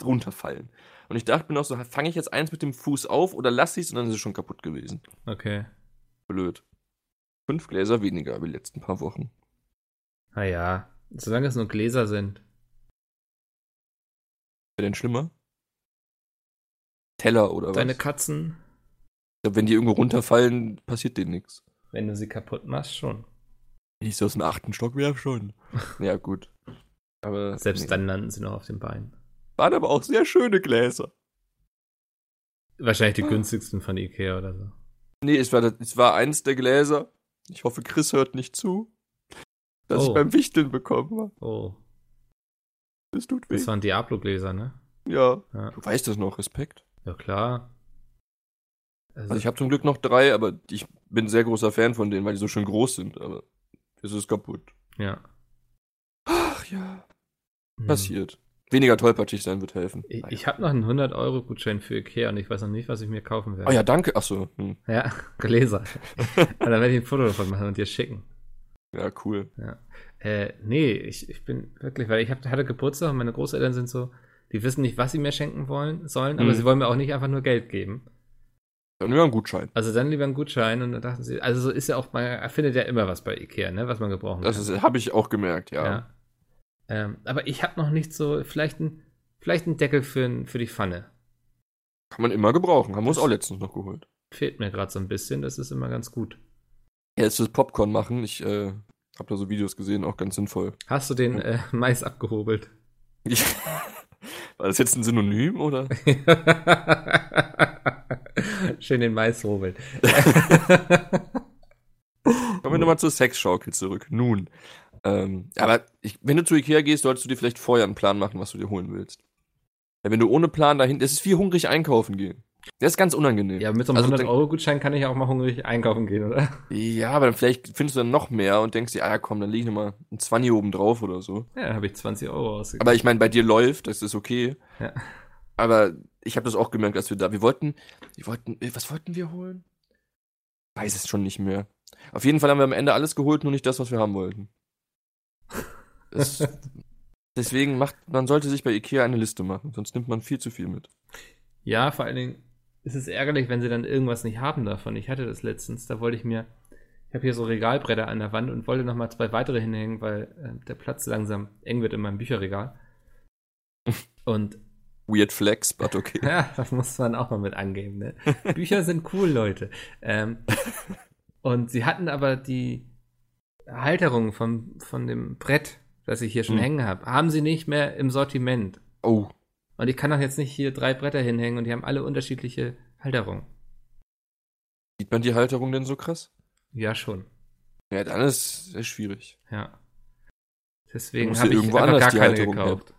runterfallen. Und ich dachte mir noch so, fange ich jetzt eins mit dem Fuß auf oder lasse ich es und dann ist es schon kaputt gewesen.
Okay.
Blöd. Fünf Gläser weniger über die letzten paar Wochen.
Naja, Ah solange es nur Gläser sind.
Wäre denn schlimmer? Teller oder was?
Deine
Ich
Katzen,
glaub, wenn die irgendwo runterfallen, passiert denen nichts.
wenn du sie kaputt machst, schon.
Wenn ich sie aus dem achten Stock werf schon. ja, gut. Aber
Selbst
nee.
dann landen sie noch auf den Beinen.
waren aber auch sehr schöne Gläser. Ah.
Wahrscheinlich die günstigsten von Ikea oder so.
Nee, es war, das- es war eins der Gläser. Ich hoffe, Chris hört nicht zu. Dass
Oh.
ich beim Wichteln bekommen habe.
Oh,
Das tut weh.
das waren Diablo-Gläser, ne?
ja.
Ja.
Du weißt das noch, Respekt.
Ja, klar.
Also ich habe zum Glück noch drei, aber ich bin sehr großer Fan von denen, weil die so schön groß sind, aber es ist kaputt.
Ja.
Ach ja. Passiert. Weniger tollpatschig sein wird helfen.
Hm. Ich,
Naja.
ich habe noch einen 100-Euro-Gutschein für Ikea und ich weiß noch nicht, was ich mir kaufen werde.
Ah ja, danke. Ach so. Hm.
Ja, Gläser. und dann werde ich ein Foto davon machen und dir schicken.
Ja, cool.
Äh, nee, ich, ich bin wirklich, weil ich hab, hatte Geburtstag und meine Großeltern sind so, die wissen nicht, was sie mir schenken wollen, sollen, aber
Mhm.
sie wollen mir auch nicht einfach nur Geld geben.
Dann nehmen wir einen Gutschein.
Also dann lieber einen Gutschein und dann dachten sie, also so ist ja auch, man findet ja immer was bei Ikea, ne, was man gebrauchen
Das ist- habe ich auch gemerkt, ja.
Ja. Ähm, aber ich habe noch nicht so, vielleicht ein, vielleicht ein Deckel für, n- für die Pfanne.
Kann man immer gebrauchen. Haben wir uns
Das-
auch letztens noch geholt.
Fehlt mir gerade so ein bisschen, das ist immer ganz gut.
Ja, jetzt das Popcorn machen. Ich äh, habe da so Videos gesehen, auch ganz sinnvoll.
Hast du den äh, Mais abgehobelt?
Ich, war das jetzt ein Synonym oder?
Schön den Mais hobeln.
Kommen wir nochmal zur Sexschaukel zurück. Nun. Ähm, aber ich, wenn du zu Ikea gehst, solltest du dir vielleicht vorher einen Plan machen, was du dir holen willst. Weil wenn du ohne Plan dahin, das ist wie hungrig einkaufen gehen. Das ist ganz unangenehm.
Ja, mit so einem
Also dann-
100-Euro-Gutschein kann ich auch mal hungrig einkaufen gehen, oder?
ja, aber dann vielleicht findest du dann noch mehr und denkst dir, ah ja, komm, dann leg ich nochmal ein 20 oben drauf oder so.
Ja, dann habe ich 20 Euro ausgegeben.
Aber ich meine, bei dir läuft, das ist okay.
Ja.
Aber ich habe das auch gemerkt, als wir da. Wir wollten, wir wollten, äh, was wollten wir holen? Weiß es schon nicht mehr. Auf jeden Fall haben wir am Ende alles geholt, nur nicht das, was wir haben wollten. Das, deswegen macht, man sollte sich bei Ikea eine Liste machen, sonst nimmt man viel zu viel mit.
Ja, vor allen Dingen ist es ärgerlich, wenn sie dann irgendwas nicht haben davon. Ich hatte das letztens, da wollte ich mir, ich habe hier so Regalbretter an der Wand und wollte nochmal zwei weitere hinhängen, weil äh, der Platz langsam eng wird in meinem Bücherregal. Und
Weird Flex, but okay.
ja, das muss man auch mal mit angeben. Ne? Bücher sind cool, Leute. Ähm, und sie hatten aber die Halterung vom, von dem Brett, das ich hier schon
Hm.
hängen habe, haben sie nicht mehr im Sortiment.
Oh,
Und ich kann doch jetzt nicht hier drei Bretter hinhängen und die haben alle unterschiedliche Halterung.
sieht man die Halterung denn so krass?
Ja, schon.
Ja, dann ist sehr schwierig.
Ja.
Dann
Deswegen
musst
habe
du
ich
irgendwo
einfach
anders
gar
die
keine
Halterung
gekauft.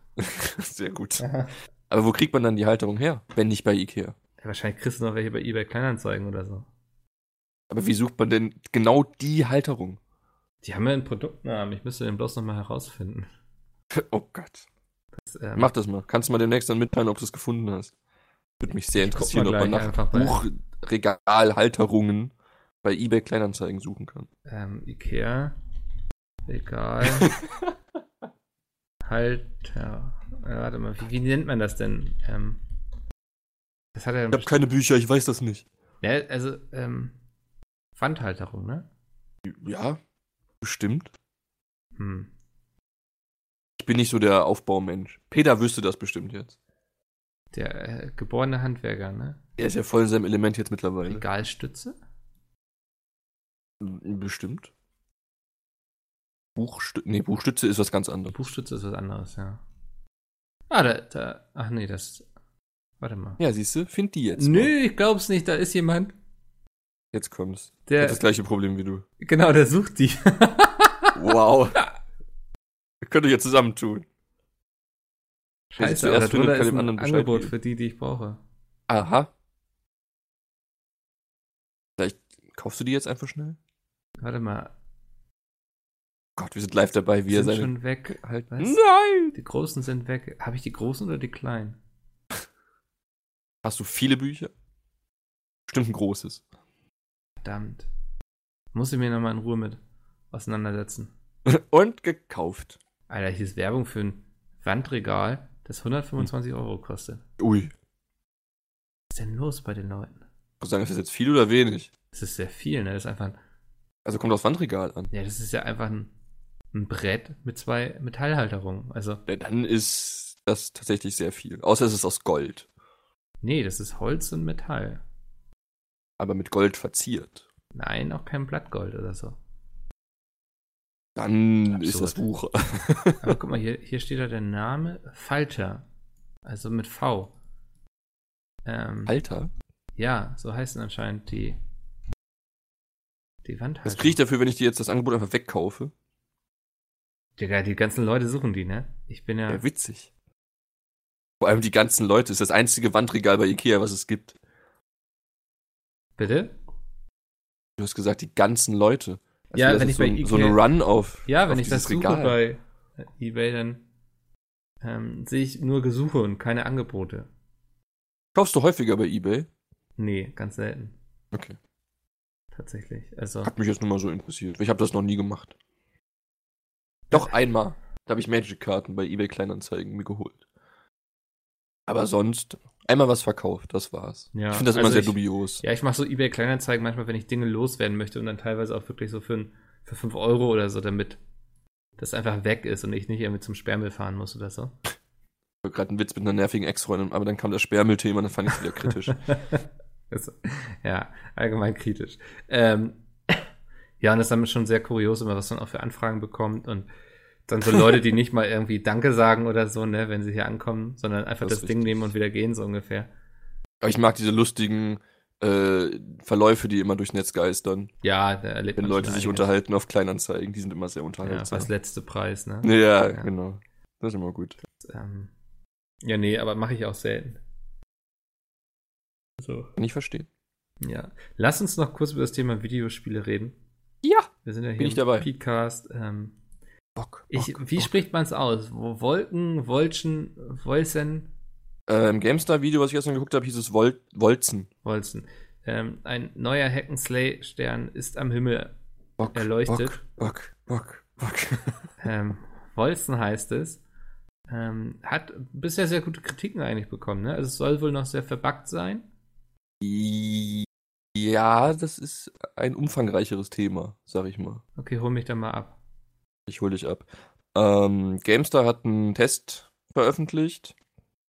sehr gut.
Ja,
Aber wo kriegt man dann die Halterung her, wenn nicht bei Ikea?
wahrscheinlich kriegst du noch welche bei eBay Kleinanzeigen oder so.
Aber wie sucht man denn genau die Halterung?
Die haben ja einen Produktnamen. Ich müsste den bloß nochmal herausfinden.
Oh Gott.
Das, ähm,
Mach das mal. Kannst du mal demnächst dann mitteilen, ob du es gefunden hast. Würde mich sehr
guck mal
interessieren, ob man
gleich
nach
einfach bei-
Buchregalhalterungen bei eBay Kleinanzeigen suchen kann.
ähm, Ikea. Egal. Halter. Äh, warte mal, wie, wie nennt man das denn? Ähm, das hat ja.
Ich habe keine Bücher, ich weiß das nicht.
Ja, also, ähm, Wandhalterung, ne?
Ja, bestimmt.
Hm.
Ich bin nicht so der Aufbaumensch. Peter wüsste das bestimmt jetzt.
Der äh, geborene Handwerker, ne?
Er ist ja voll in seinem Element jetzt mittlerweile.
Regalstütze?
Bestimmt. Buchstü nee, Buchstütze ist was ganz anderes.
Buchstütze ist was anderes, ja. Ah, da, da. Ach nee, das. Warte mal.
Ja, siehst du, find die jetzt.
Nö,
mal.
ich glaub's nicht. Da ist jemand,
Jetzt kommst. Der hat
der.
das gleiche Problem wie du.
Genau, der sucht die.
Wow. Ihr könnt euch ja zusammentun. Wer sie
Scheiße, aber
zuerst
da
findet,
drunter
kann
ist
dem
ein
anderen Bescheid
Angebot
geben.
für die, die ich brauche.
Aha. Vielleicht kaufst du die jetzt einfach schnell?
Warte mal,
Gott, wir sind live dabei, wie
die
er
sind
seine.
schon weg.
Halt.
Was?
Nein!
Die Großen sind weg. Habe ich die Großen oder die Kleinen?
Hast du viele Bücher? Bestimmt ein großes.
Verdammt. Muss ich mir nochmal in Ruhe mit auseinandersetzen.
Und gekauft.
Alter, hier ist Werbung für ein Wandregal, das 125 Euro kostet. Was
Ui.
ist denn los bei den Leuten?
Ich muss sagen, ist das jetzt viel oder wenig?
Das ist sehr viel, ne? Das ist einfach ein,
Also kommt aufs Wandregal an.
ja, das ist ja einfach ein, ein Brett mit zwei Metallhalterungen. Also,
Ja, dann ist das tatsächlich sehr viel. Außer es ist aus Gold.
nee, das ist Holz und Metall.
Aber mit Gold verziert.
Nein, auch kein Blattgold oder so.
Dann
Absurd.
ist das Buch. äh,
Aber Ah, guck mal, hier, hier steht da der Name Falter. Also mit V. Ähm,
Alter.
ja, so heißen anscheinend die, die
Was
Wandhalter.
kriege ich dafür, wenn ich dir jetzt das Angebot einfach wegkaufe?
Digga, die ganzen Leute suchen die, ne? Ich bin ja.
Ja. witzig. Vor allem die ganzen Leute. Ist das einzige Wandregal bei Ikea, was es gibt.
bitte?
Du hast gesagt, die ganzen Leute. Also
Ja,
das
wenn
ist
ich
so,
bei
ein- so
Ikea-
eine Run auf.
Ja,
auf
wenn ich das
dieses
suche bei äh, eBay, dann ähm, sehe ich nur Gesuche und keine Angebote.
Kaufst du häufiger bei eBay?
Nee, ganz selten.
Okay.
Tatsächlich. Also,
Hat mich jetzt nur mal so interessiert. Ich habe das noch nie gemacht. Doch einmal. Da habe ich Magic-Karten bei eBay Kleinanzeigen mir geholt. Aber sonst einmal was verkauft. Das war's.
Ja,
ich finde das
also
immer sehr
ich-
dubios.
ja, ich mache so eBay Kleinanzeigen manchmal, wenn ich Dinge loswerden möchte und dann teilweise auch wirklich so für, ein, für 5 Euro oder so, damit das einfach weg ist und ich nicht irgendwie zum Sperrmüll fahren muss oder so.
Ich habe gerade einen Witz mit einer nervigen Ex-Freundin, aber dann kam das Sperrmüllthema, dann fand ich es wieder kritisch.
Das- ja, allgemein kritisch. Ähm, ja, und das ist dann schon sehr kurios, immer was man auch für Anfragen bekommt und dann so Leute, die nicht mal irgendwie Danke sagen oder so, ne, wenn sie hier ankommen, sondern einfach
Das
das,
ist
Ding
richtig.
nehmen und wieder gehen, so ungefähr.
Aber ich mag diese lustigen äh, Verläufe, die immer durchs Netz geistern,
Ja, da erlebt
wenn
man
Leute
schon
sich
einiges.
unterhalten auf Kleinanzeigen. Die sind immer sehr
Ja,
unterhaltsam.
was letzte Preis, ne?
Ja,
Ja.
genau. Das ist immer gut.
Ähm, ja, nee, aber mache ich auch selten. So.
Kann ich verstehen.
Ja. Lass uns noch kurz über das Thema Videospiele reden.
Ja.
Wir sind ja hier
Bin ich dabei. oh.
Podcast. Ähm,
Bock.
Ich,
Bock,
wie
Bock.
spricht man es aus? Wo- Wolken, Wolchen, Wolzen,
Äh, Im GameStar-Video, was ich gestern geguckt habe, hieß es Wol Wolzen.
Wolzen. Ähm, ein neuer Hackenslay-Stern ist am Himmel
Bock,
erleuchtet.
Bock, Bock, Bock.
Ähm, Wolzen heißt es. Ähm, hat bisher sehr gute Kritiken eigentlich bekommen. Ne? Also es soll wohl noch sehr verbuggt sein.
ja, das ist ein umfangreicheres Thema, sag ich mal.
Okay, hol mich da mal ab.
Ich hol dich ab. Ähm, GameStar hat einen Test veröffentlicht.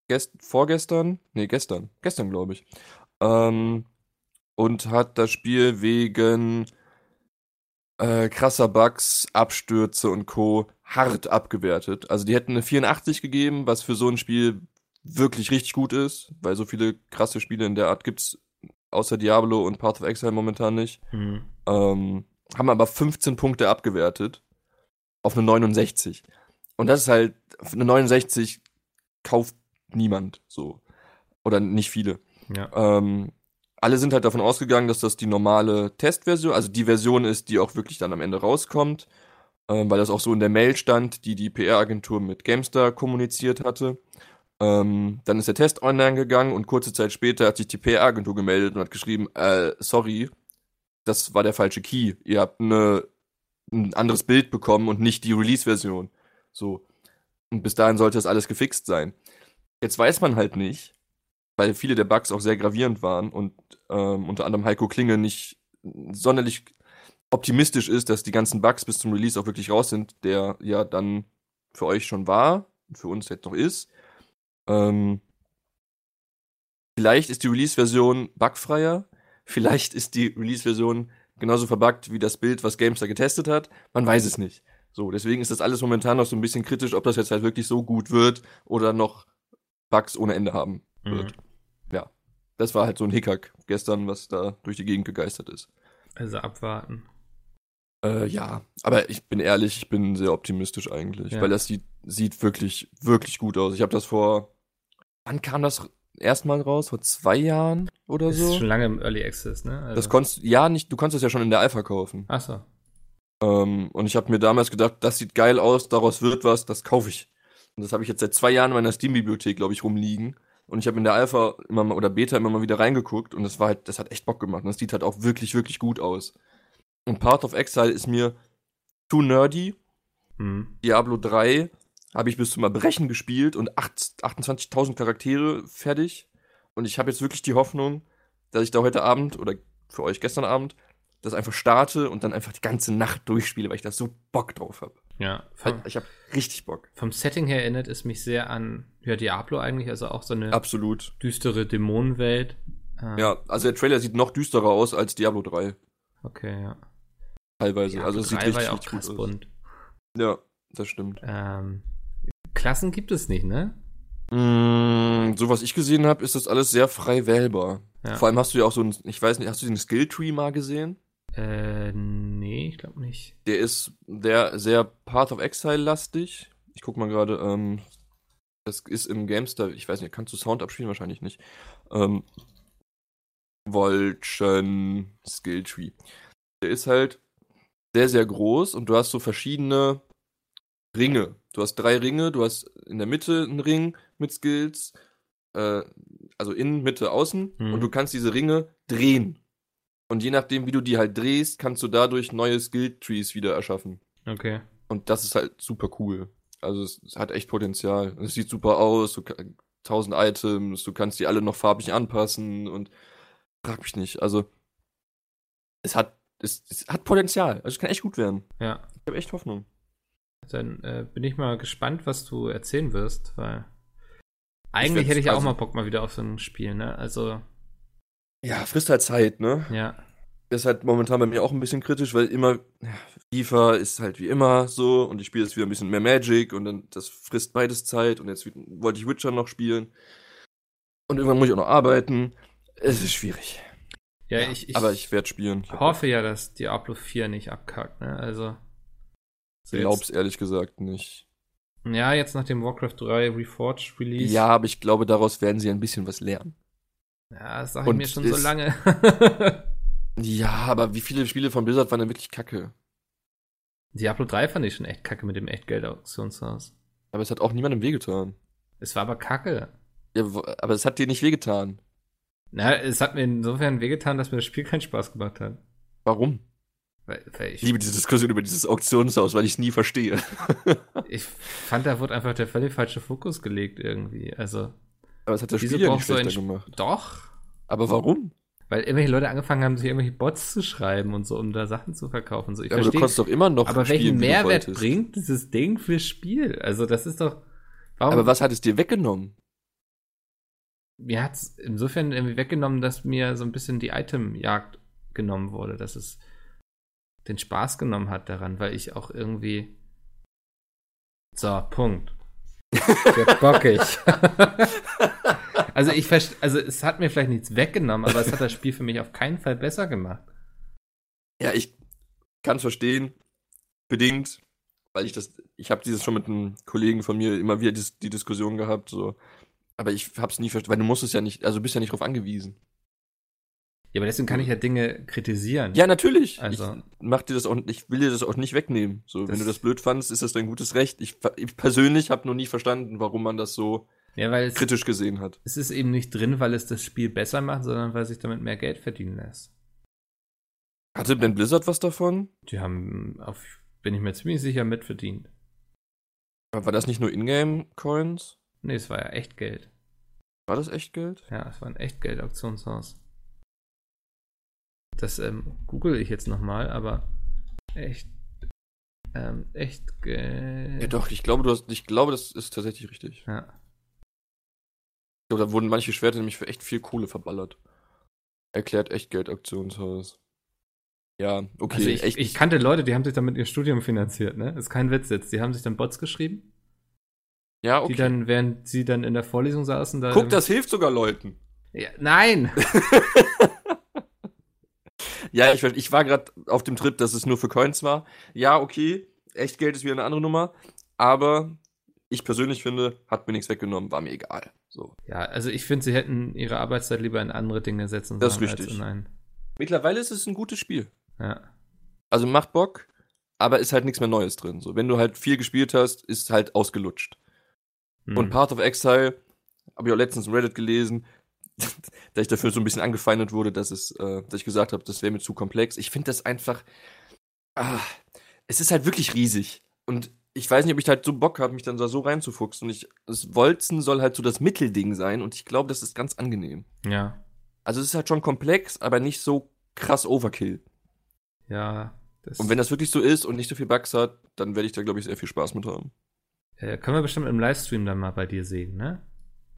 Gest vorgestern? Nee, gestern. Gestern, glaube ich. Ähm, und hat das Spiel wegen äh, krasser Bugs, Abstürze und Co. hart abgewertet. Also die hätten eine 84 gegeben, was für so ein Spiel wirklich richtig gut ist, weil so viele krasse Spiele in der Art gibt's außer Diablo und Path of Exile momentan nicht.
Hm.
Ähm, haben aber 15 Punkte abgewertet auf eine 69. Und das ist halt, eine 69 kauft niemand so. Oder nicht viele.
Ja.
Ähm, alle sind halt davon ausgegangen, dass das die normale Testversion, also die Version ist, die auch wirklich dann am Ende rauskommt, ähm, weil das auch so in der Mail stand, die die PR-Agentur mit Gamestar kommuniziert hatte. Ähm, dann ist der Test online gegangen und kurze Zeit später hat sich die PR-Agentur gemeldet und hat geschrieben, äh, sorry, das war der falsche Key. Ihr habt eine, ein anderes Bild bekommen und nicht die Release-Version. So. Und bis dahin sollte das alles gefixt sein. Jetzt weiß man halt nicht, weil viele der Bugs auch sehr gravierend waren und ähm, unter anderem Heiko Klinge nicht sonderlich optimistisch ist, dass die ganzen Bugs bis zum Release auch wirklich raus sind, der ja dann für euch schon war und für uns jetzt noch ist. Ähm, vielleicht ist die Release-Version bugfreier, vielleicht ist die Release-Version genauso verbuggt wie das Bild, was GameStar getestet hat. Man weiß es nicht. So, deswegen ist das alles momentan noch so ein bisschen kritisch, ob das jetzt halt wirklich so gut wird oder noch Bugs ohne Ende haben
Mhm.
wird. Ja, das war halt so ein Hickhack gestern, was da durch die Gegend gegeistert ist.
Also abwarten.
Äh, ja, aber ich bin ehrlich, ich bin sehr optimistisch eigentlich,
Ja.
weil das sieht, sieht wirklich, wirklich gut aus. Ich habe das vor, wann kam das erstmal raus? Vor zwei Jahren oder
Das ist
so?
schon lange im Early Access, ne? Also.
Das konntest, ja, nicht, du konntest das ja schon in der Alpha kaufen.
Achso.
Ähm, und ich habe mir damals gedacht, das sieht geil aus, daraus wird was, das kaufe ich. Und das habe ich jetzt seit zwei Jahren in meiner Steam-Bibliothek, glaube ich, rumliegen. Und ich habe in der Alpha immer mal, oder Beta immer mal wieder reingeguckt und das war halt, das hat echt Bock gemacht. Und das sieht halt auch wirklich, wirklich gut aus. Und Path of Exile ist mir too nerdy.
Hm.
Diablo 3 habe ich bis zum Erbrechen gespielt und acht- 28.000 Charaktere fertig. Und ich habe jetzt wirklich die Hoffnung, dass ich da heute Abend oder für euch gestern Abend das einfach starte und dann einfach die ganze Nacht durchspiele, weil ich da so Bock drauf habe.
Ja. Vom,
Ich habe richtig Bock.
vom Setting her erinnert es mich sehr an ja, Diablo eigentlich, also auch so eine
Absolut.
düstere Dämonenwelt. Ähm,
Ja, also der Trailer sieht noch düsterer aus als Diablo 3
Okay, ja.
teilweise. also es sieht
Drei war
richtig,
ja auch
richtig
krass
gut aus.
bunt.
Ja, das stimmt.
Ähm, Klassen gibt es nicht, ne?
Mm, so was ich gesehen habe, ist das alles sehr frei wählbar.
Ja.
Vor allem hast du ja auch so ein, ich weiß nicht, hast du den Skill Tree mal gesehen?
Äh, nee, ich glaube nicht.
Der ist sehr, sehr Path of Exile-lastig. Ich guck mal gerade, ähm, das ist im Gamester, ich weiß nicht, kannst du Sound abspielen? Wahrscheinlich nicht. Ähm, Volchen Skilltree. Der ist halt sehr, sehr groß und du hast so verschiedene Ringe. Du hast drei Ringe, du hast in der Mitte einen Ring mit Skills, äh, also innen, Mitte, außen
Mhm.
und du kannst diese Ringe drehen. Und je nachdem, wie du die halt drehst, kannst du dadurch neue Skill-Trees wieder erschaffen.
Okay.
Und das ist halt super cool. Also es, es hat echt Potenzial. Und Es sieht super aus, du ka- 1000 Items, du kannst die alle noch farbig anpassen und frag mich nicht. Also es hat es, es hat Potenzial. Also es kann echt gut werden.
Ja.
Ich habe echt Hoffnung.
Dann äh, bin ich mal gespannt, was du erzählen wirst, weil eigentlich
werd-
hätte ich ja auch
also-
mal Bock mal wieder auf so ein Spiel, ne? Also,
Ja, frisst halt Zeit, ne?
ja.
Das ist halt momentan bei mir auch ein bisschen kritisch, weil immer ja, FIFA ist halt wie immer so und ich spiele jetzt wieder ein bisschen mehr Magic und dann das frisst beides Zeit und jetzt wollte ich Witcher noch spielen. Und irgendwann muss ich auch noch arbeiten. Es ist schwierig.
Ja, ich, ich,
aber ich werde spielen. Ich hab-
hoffe ja, dass Diablo 4 nicht abkackt, ne? Also. so
glaub's ehrlich gesagt nicht.
Jetzt, ja, jetzt nach dem Warcraft 3 Reforged Release.
Ja, aber ich glaube, daraus werden sie ein bisschen was lernen.
Ja, das sag ich
Und
mir schon so
ist-
lange.
Ja, aber wie viele Spiele von Blizzard waren denn wirklich kacke?
Diablo 3 fand ich schon echt kacke mit dem Echtgeld-Auktionshaus.
Aber es hat auch niemandem wehgetan.
Es war aber kacke.
Ja, wo- aber es hat dir nicht wehgetan.
Na, es hat mir insofern wehgetan, dass mir das Spiel keinen Spaß gemacht hat.
Warum?
Weil, weil ich,
Ich liebe diese Diskussion über dieses Auktionshaus, weil ich es nie verstehe.
ich fand, da wurde einfach der völlig falsche Fokus gelegt irgendwie. Also,
Aber es hat das
Wieso
Spiel ja nicht
brauchst du
schlechter
ein Sp-
gemacht.
doch.
Aber warum?
Weil irgendwelche Leute angefangen haben, sich irgendwelche Bots zu schreiben und so, um da Sachen zu verkaufen. und So, ich
aber du
verstehe.
konntest doch immer noch
Aber
spielen,
welchen
wie du
Mehrwert
wolltest.
bringt dieses Ding fürs Spiel? Also, das ist doch. Warum?
Aber was hat es dir weggenommen?
Mir hat es insofern irgendwie weggenommen, dass mir so ein bisschen die Itemjagd genommen wurde, dass es den Spaß genommen hat daran, weil ich auch irgendwie. So, Punkt. Jetzt bock ich. also ich verste- also es hat mir vielleicht nichts weggenommen, aber es hat das Spiel für mich auf keinen Fall besser gemacht.
Ja, ich kann es verstehen. Bedingt. Weil ich das, ich habe dieses schon mit einem Kollegen von mir immer wieder dis, die Diskussion gehabt, so. Aber ich hab's nie verstanden, weil du musst es ja nicht, also du bist ja nicht drauf angewiesen.
Ja, aber deswegen kann ich ja Dinge kritisieren.
Ja, natürlich.
Also-
Ich mach dir das auch, ich will dir das auch nicht wegnehmen. So, wenn
Das-
du das blöd fandst, ist das dein gutes Recht. Ich, ver- ich persönlich habe noch nie verstanden, warum man das so
ja weil es,
kritisch gesehen hat.
es ist eben nicht drin, weil es das Spiel besser macht, sondern weil sich damit mehr Geld verdienen lässt.
Hatte denn Blizzard was davon?
Die haben, auf, bin ich mir ziemlich sicher, mitverdient.
War das nicht nur Ingame-Coins?
Nee, es war ja echt Geld.
War das echt Geld?
Ja, es war ein echt Geld-Auktionshaus. Das ähm, google ich jetzt nochmal, aber echt, ähm, echt Geld.
Ja, doch, ich glaube, du hast, ich glaube, das ist tatsächlich richtig. Ich
Ja.
glaube, da wurden manche Schwerter nämlich für echt viel Kohle verballert. Erklärt Echtgeld-Auktionshaus. Ja, okay.
also ich,
echt-
ich kannte Leute, die haben sich damit ihr Studium finanziert, ne? Ist kein Witz jetzt. Die haben sich dann Bots geschrieben,
ja,
die dann, ähm, während sie dann in der Vorlesung saßen, da.
Guck, das hilft sogar Leuten.
Ja, nein!
Ja, ich, ver- ich war gerade auf dem Trip, dass es nur für Coins war. Ja, okay, Echtgeld ist wieder eine andere Nummer, aber ich persönlich finde, hat mir nichts weggenommen, war mir egal. So.
ja, also ich finde, sie hätten ihre Arbeitszeit lieber in andere Dinge setzen
Das ist
sollen als
richtig.
in ein.
Mittlerweile ist es ein gutes Spiel.
Ja.
Also macht Bock, aber ist halt nichts mehr Neues drin. So, wenn du halt viel gespielt hast, ist halt ausgelutscht.
Hm.
Und Path of Exile, habe ich auch letztens im Reddit gelesen, da ich dafür so ein bisschen angefeindet wurde, dass, es, äh, dass ich gesagt habe, das wäre mir zu komplex. Ich finde das einfach. Ah, es ist halt wirklich riesig. Und ich weiß nicht, ob ich halt so Bock habe, mich dann da so reinzufuchsen. Und ich, das Wolzen soll halt so das Mittelding sein. Und ich glaube, das ist ganz angenehm.
Ja.
Also es ist halt schon komplex, aber nicht so krass Overkill.
Ja. Das
Und wenn das wirklich so ist und nicht so viel Bugs hat, dann werde ich da, glaube ich, sehr viel Spaß mit haben.
äh, können wir bestimmt im Livestream dann mal bei dir sehen, ne?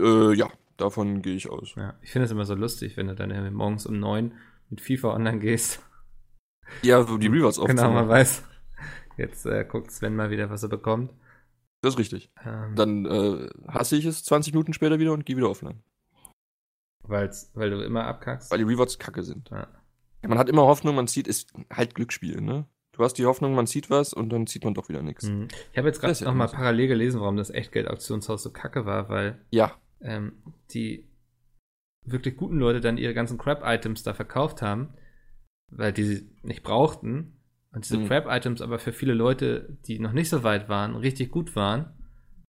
Äh, ja, davon gehe ich aus.
Ja, ich finde es immer so lustig, wenn du dann irgendwie morgens um neun mit FIFA online gehst.
Ja, die Rewards
Genau, man
aufzunehmen.
weiß. Jetzt äh, guckt Sven mal wieder, was er bekommt.
das ist richtig.
Ähm,
Dann äh, hasse ich es 20 Minuten später wieder und gehe wieder offline.
weil's, weil du immer abkackst.
Weil die Rewards kacke sind.
Ja.
Man hat immer Hoffnung, man zieht, ist halt Glücksspiel, ne? Du hast die Hoffnung, man zieht was und dann zieht man doch wieder nichts.
Hm. Ich habe jetzt
Das
gerade
ist ja
noch mal
gut.
parallel gelesen, warum das Echtgeld-Auktionshaus so kacke war, weil
Ja,
ähm, die wirklich guten Leute dann ihre ganzen Crap-Items da verkauft haben, weil die sie nicht brauchten. Und diese
Mhm.
Crap-Items aber für viele Leute, die noch nicht so weit waren, richtig gut waren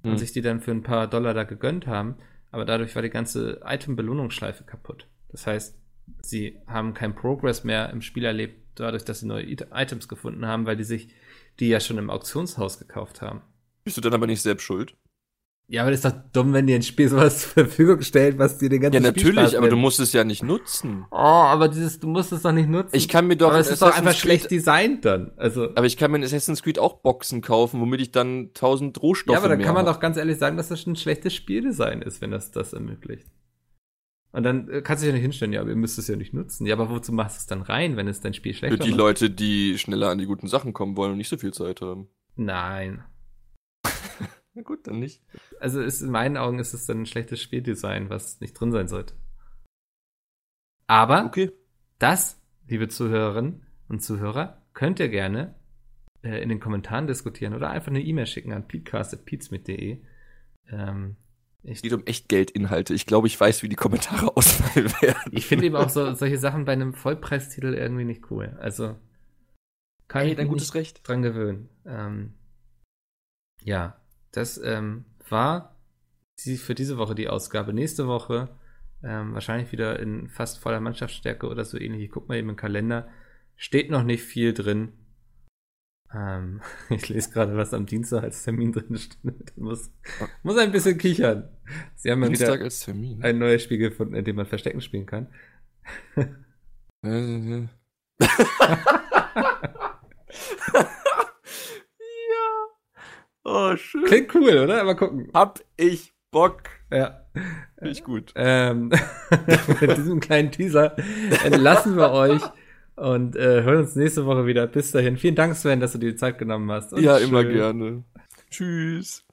und
Mhm.
sich die dann für ein paar Dollar da gegönnt haben. Aber dadurch war die ganze Item-Belohnungsschleife kaputt. Das heißt, sie haben keinen Progress mehr im Spiel erlebt, dadurch, dass sie neue It- Items gefunden haben, weil die sich die ja schon im Auktionshaus gekauft haben.
bist du dann aber nicht selbst schuld?
Ja, aber das ist doch dumm, wenn dir ein Spiel sowas zur Verfügung stellt, was dir den ganzen
Ja, natürlich,
Spielspaß
aber du
nimmt.
musst es ja nicht nutzen.
Oh, aber dieses, du musst es doch nicht nutzen.
Ich kann mir doch
aber es ist doch
Assassin's
einfach
Creed-
schlecht designt dann. Also,
Aber ich kann mir in Assassin's Creed auch Boxen kaufen, womit ich dann 1000 Rohstoffe
ja, aber dann
mehr
kann man
hab.
doch ganz ehrlich sagen, dass das ein schlechtes Spieldesign ist, wenn das das ermöglicht. Und dann äh, kannst du dich ja nicht hinstellen, ja, aber ihr müsst es ja nicht nutzen. Ja, aber wozu machst du es dann rein, wenn es dein Spiel
für
schlechter
die Leute, die schneller an die guten Sachen kommen wollen und nicht so viel Zeit haben.
Nein.
Na gut, dann nicht.
Also ist, in meinen Augen ist es dann ein schlechtes Spieldesign, was nicht drin sein sollte. Aber
Okay.
Das, liebe Zuhörerinnen und Zuhörer, könnt ihr gerne äh, in den Kommentaren diskutieren oder einfach eine E-Mail schicken an peatcast.peatsmit.de. Ähm, ich
Es geht um Echtgeldinhalte. Ich glaube, ich weiß, wie die Kommentare ausfallen werden.
ich finde eben auch so, solche Sachen bei einem Vollpreistitel irgendwie nicht cool. Also kann ich mich nicht
Recht.
dran gewöhnen. Ähm, ja, das ähm, war die, für diese Woche die Ausgabe. Nächste Woche ähm, wahrscheinlich wieder in fast voller Mannschaftsstärke oder so ähnlich. Ich guck mal eben im Kalender. Steht noch nicht viel drin. Ähm, ich lese gerade, was am Dienstag als Termin drin steht. Muss, muss ein bisschen kichern. Sie haben mal
Dienstag
wieder
als Termin.
ein neues Spiel gefunden, in dem man Verstecken spielen kann.
Äh, äh. ja. Oh, schön.
Klingt cool, oder? Mal gucken.
Hab ich Bock.
Ja.
Finde ich gut.
Ähm, mit diesem kleinen Teaser entlassen wir euch und äh, hören uns nächste Woche wieder. Bis dahin. Vielen Dank, Sven, dass du dir die Zeit genommen hast. Und
ja, immer
tschö.
gerne. Tschüss.